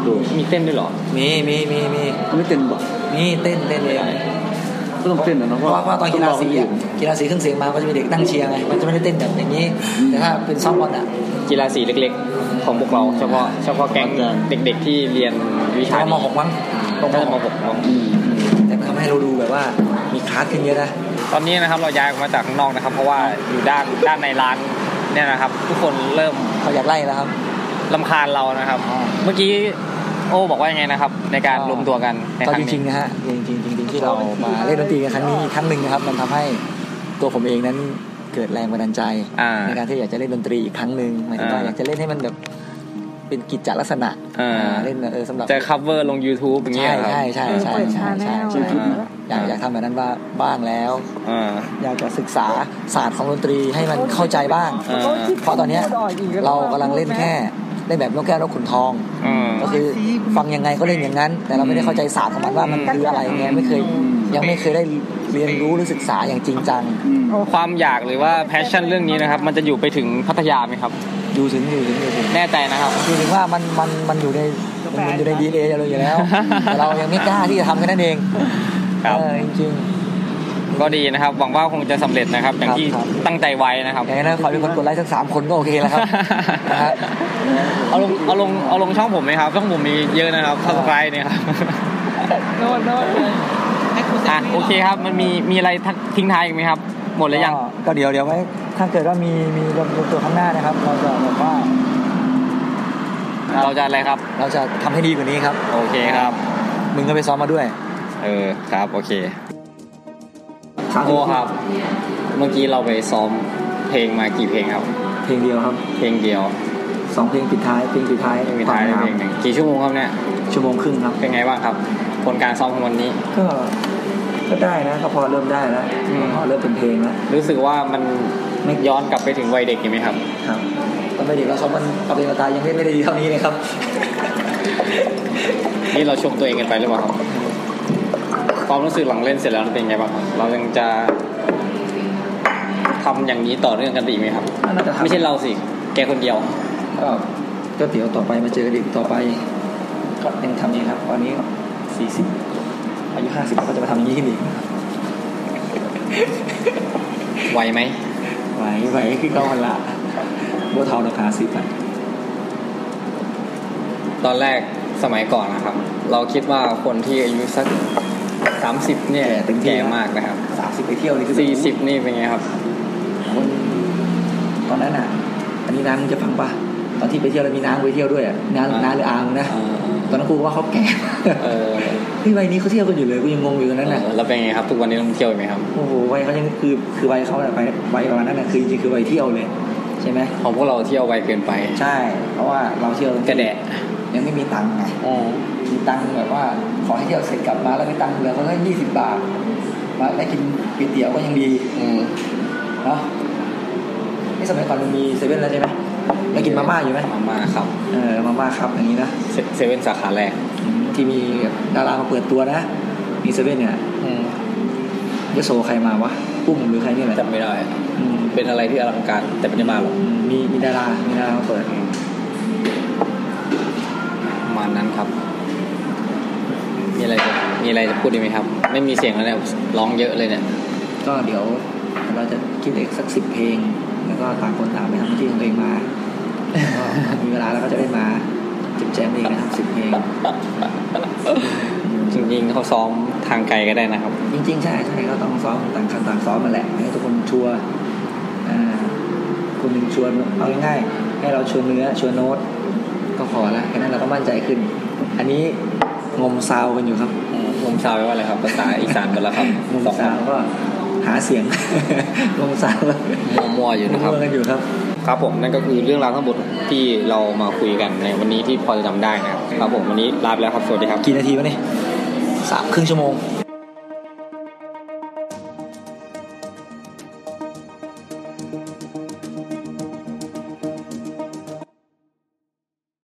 Speaker 3: ดู
Speaker 1: มีเต้นด้วยเหรอ
Speaker 2: มีมีมีมี
Speaker 3: เขาไม่เต้นบอก
Speaker 2: มีเต้นเต้นเอง
Speaker 3: ก็ต้องเต้นนะเนาะ
Speaker 2: เพราะว่าเพราะว่าตอนกีฬาสี
Speaker 3: อ่ะ
Speaker 2: อ่ะกีฬาสีเครื่องเสียงมาก็จะมีเด็กนั่งเชียร์ไงมันจะไม่ได้เต้นแบบอย่างนี้
Speaker 3: อืม
Speaker 2: แต่ถ้าเป็นซอฟต์บอลอ่ะ
Speaker 1: กีฬาสีเล็กๆ ของพวกเราเฉพาะเฉพาะแก๊งเด็กๆที่เรียนวิชา
Speaker 2: เรา
Speaker 1: นี้
Speaker 2: มหกมั้ง
Speaker 1: ต้องมหกมหก
Speaker 3: อืมอืม
Speaker 2: แต่มันทำให้เราดูแบบว่ามีคลาสขึ้นเยอะนะ
Speaker 1: ตอนนี้นะครับเราย้ายออกมาจากข้างนอกนะครับ เพราะว่าอยู่ด้านด้านในร้านเนี่ยนะครับ ทุกคนเริ่ม
Speaker 2: เขาอยากไล่แล้วครับ
Speaker 1: ลำคาญเรานะครับ เมื่อกี้โอ้บอกว่ายังไงนะครับ ในการ
Speaker 2: อ๋อ
Speaker 1: รวมตัวกันใน
Speaker 2: ก็
Speaker 1: ครั้
Speaker 2: จ
Speaker 1: ง
Speaker 2: ริง
Speaker 1: นี้
Speaker 2: ๆนะฮะจริงๆจริงๆจริงๆที่เรามาเล่นดนตรีกันครั้งนี้อีกครั้งหนึ่งนะครับ มันทำให้ตัวผมเองนั้นเกิดแรงบันดาลใจ
Speaker 1: อ่า
Speaker 2: ในการที่อยากจะเล่นดนตรีอีกครั้งหนึ่งหมายถึงว่า
Speaker 1: อ่า
Speaker 2: อยากจะเล่นให้มันแบบเป็นกิจจลักษณะ
Speaker 1: อ่า
Speaker 2: อ่าเล่นเออสำหรับ
Speaker 1: จะ cover ลง YouTube อย่างเงี้ย
Speaker 2: ใช่
Speaker 1: ครับ
Speaker 2: ใช่ใช่ใช่
Speaker 5: เปิด
Speaker 2: ใช่ใช่ใช่
Speaker 5: ชาแนลอะไรอย่างเงี้ยป่ะ
Speaker 2: อยากอยากทำแบบนั้นว่าบ้างแล้ว
Speaker 1: อ่า
Speaker 2: อยากจะศึกษาศาสตร์ของดนตรีให้มันเข้าใจบ้าง
Speaker 1: อ่า
Speaker 2: เพราะตอนเนี้ยเรากำลังเล่นแค่เล่นแบบนกแก้วนกขุนทอง
Speaker 1: อ่า
Speaker 2: ก็คือฟังยังไงก็เล่นอย่างนั้น แต่เราไม่ได้เข้าใจศาสตร์ของมันว่ามันคืออะไรไงไม่เคยยังไม่เคยได้เรียนรู้หรือศึกษาอย่างจริงจัง
Speaker 3: อืม
Speaker 1: ความอยากหรือว่า passion เรื่องนี้นะครับ มันจะอยู่ไปถึงพัทยาไหมครับ
Speaker 2: อยู่ถึงอยู่ถึงอยู่ถึง
Speaker 1: แน่ใจนะครับ
Speaker 2: อยู่ถึงว่ามันมันมันอยู่ในมันอยู่ในดีเอเราอยู่ แล้ว แต่เรายังไม่กล้าที่จะทำแค่นั้นเอง
Speaker 1: ครับ
Speaker 2: เออจริง
Speaker 1: ก็ดีนะครับ หวังว่าคงจะสำเร็จนะครับ อย่างที่
Speaker 2: ครับ
Speaker 1: ตั้งใจไว้นะครับ
Speaker 2: ๆอย่างนั้นขอเป็นคนกดไลค์สักสามคนก็โอเค แล้วครับนะฮะ
Speaker 1: เอาลงเอาลงเอาลงช่องผมไหมครับ ช่องผมมีเยอะนะครับถ้าสไครเนี่ยครับ
Speaker 5: โน่นโน่นเลยให้คุณ
Speaker 1: อ่ะโอเคครับ มันมีมีอะไรทักทิ้งท้ายอีกไหมครับ หมดแล้วยัง
Speaker 2: ก็ก็เดี๋ยวเดี๋ยวไว้ถ้าเกิดว่ามีมีรวมรวมตัวข้างหน้านะครับ เราจะแบบว่า
Speaker 1: เราจะอะไรครับ
Speaker 2: เราจะทำให้ดีกว่านี้ครับ
Speaker 1: โอเคครับ
Speaker 2: มึงก็ไปซ้อมมาด้วย
Speaker 1: เออครับโอเคโอ้ครับ เมื่อกี้เราไปซ้อมเพลงมากี่เพลงครับ
Speaker 2: เพลงเดียวครับ
Speaker 1: เพลงเดียว
Speaker 2: สองเพลงปิดท้ายเพลงปิดท้าย
Speaker 1: เพลงสุดท้ายได้เพลงหนึ่งกี่ชั่วโมงครับเนี่ย
Speaker 2: ชั่วโมงครึ่งครับ
Speaker 1: เป็นไงบ้างครับ ผลการซ้อมของวันนี้
Speaker 2: ก็ก็ได้นะก็พอเริ่มได้แล้ว
Speaker 1: อืม
Speaker 2: พอเริ่มเป็นเพลงแล้ว
Speaker 1: รู้สึกว่ามันย้อนกลับไปถึงวัยเด็กอยู่ไหมครับ
Speaker 2: ครับตอนไปเด็กเราซ้อมมันเอาเพลงมาตายยังเล่นไม่ได้ดีเท่านี้เลยครับ
Speaker 1: นี่เราชมตัวเองกันไปหรือเปล่าครับความรู้สึกหลังเล่นเสร็จแล้วมันเป็นไงบ้างครับเรายังจะทำอย่างนี้ต่อเนื่องกันไปอีกไหมครับ
Speaker 2: น่าจะทำ
Speaker 1: ไม่ใช่เราสิแกคนเดียว
Speaker 2: ก็ก็เดี๋ยวต่อไปมาเจอกันอีกต่อไปก็ยังทำอย่างนี้ครับวันนี้สี่สิบอายุห้าสิบก็จะมาทำอย่างนี้ขึ้นอีก
Speaker 1: ไหวไหม
Speaker 2: ไหวไหวคือเก้าพันละบัวทองราคาสิบอะ
Speaker 1: ตอนแรกสมัยก่อนนะครับ เราคิดว่าคนที่อายุสักสามสิบเนี่ยแก่มากนะครับ
Speaker 2: สามสิบไปเที่ยวนี่คือ
Speaker 1: สี่สิบนี่เป็นไงครับ
Speaker 2: คนตอนนั้นอ่ะ อันนี้น้ำมึงจะฟังปะตอนที่ไปเที่ยวแล้วมีน้ำไปเที่ยวด้วยอะน้ำน้าหรืออางนะ
Speaker 1: เออ
Speaker 2: ตอนนั้นกูว่าเขาแก่
Speaker 1: เออ
Speaker 2: พี่วัยนี้เขาเที่ยวกันอยู่เลยกูยังงงอยู่ตอนนั้นน่ะ
Speaker 1: เออแล้วเป็นไงครับ ทุกวันนี้ต้องเที่ยวอีกไหมครับ
Speaker 2: โอ้โหวัยเขายังคือคือวัยเขาน่ะวัยวัยประมาณนั้นน่ะคือจริงๆคือวัยเที่ยวเลยใช่ไหม
Speaker 1: ของพวกเราเที่ยวไวเกินไป
Speaker 2: ใช่ เพราะว่าเราเที่ยว
Speaker 1: กระแดะ
Speaker 2: ยังไม่มีตังค์ไง
Speaker 1: อ๋อ
Speaker 2: มีตังค์แบบว่าขอให้เที่ยวเสร็จกลับมาแล้วมีตังค์เหลือเขาแค่ยี่สิบบาทมาได้กินก๋วยเตี๋ยวก็ยังดี
Speaker 1: อืม
Speaker 2: เนาะนี่สมัยก่อนมันมีเซเว่นแล้วใช่ไหมยังกินมาม่าอยู่ไหม
Speaker 1: มามาครับ
Speaker 2: เออมาม่าครับอย่างนี้นะ
Speaker 1: เซเซเว่นสาขาแรก
Speaker 2: อืมที่มีดารามาเปิดตัวนะ มีเซเว่นเนี่ย
Speaker 1: อืม
Speaker 2: ยโสใครมาวะปุ้มหรือใครนี่แหละ
Speaker 1: จำไม่ได้
Speaker 2: อืม
Speaker 1: เป็นอะไรที่อลังการ แต่ไม่ได้มาหรอก
Speaker 2: อืมมีมีดารา มีดารามาเปิด
Speaker 1: ประมาณนั้นครับ มีอะไรจะมีอะไรจะพูดดีกไหมครับ ไม่มีเสียงแล้วเนี่ยร้องเยอะเลยเนี่ย
Speaker 2: ก็เดี๋ยวเราจะคิดเอกสักสิบเพลง แล้วก็ต่างคนต่างไปทำหน้าที่ของตัวเองมาแล้วก็มีเวลาแล้วก็จะได้มาจิบแจมเองนะครับสิบเพลงอืม
Speaker 1: จริงๆเขาซ้อมทางไกลก็ได้นะครับ
Speaker 2: จริงๆใช่ใช่ก็ต้องซ้อมต่างคนต่างซ้อมมาแหละให้ทุกคนชัวร์อ่าคนหนึ่งชวนเอาง่ายๆให้เราชวนเนื้อชวนโน้ต ก็พอละแค่นั้นเราก็มั่นใจขึ้น อันนี้งมซาวกันอยู่ครับ
Speaker 1: งมซาวแปลว่าอะไรครับ ภาษาอีสานกันแล้วครับ
Speaker 2: งม
Speaker 1: สอง
Speaker 2: ซาวก็หาเสียง งมซาว
Speaker 1: มัวๆอยู่นะครับ
Speaker 2: งมกันอยู่ครับ
Speaker 1: ครับผมนั่นก็คือเรื่องราวทั้งหมดที่เรามาคุยกันในวันนี้ที่พอจะจำได้นะครับ ครับผมวันนี้ลาไปแล้วครับ สวัสดีครับ
Speaker 2: กี่นาทีวะเนี่ยสามครึ่งชั่วโมง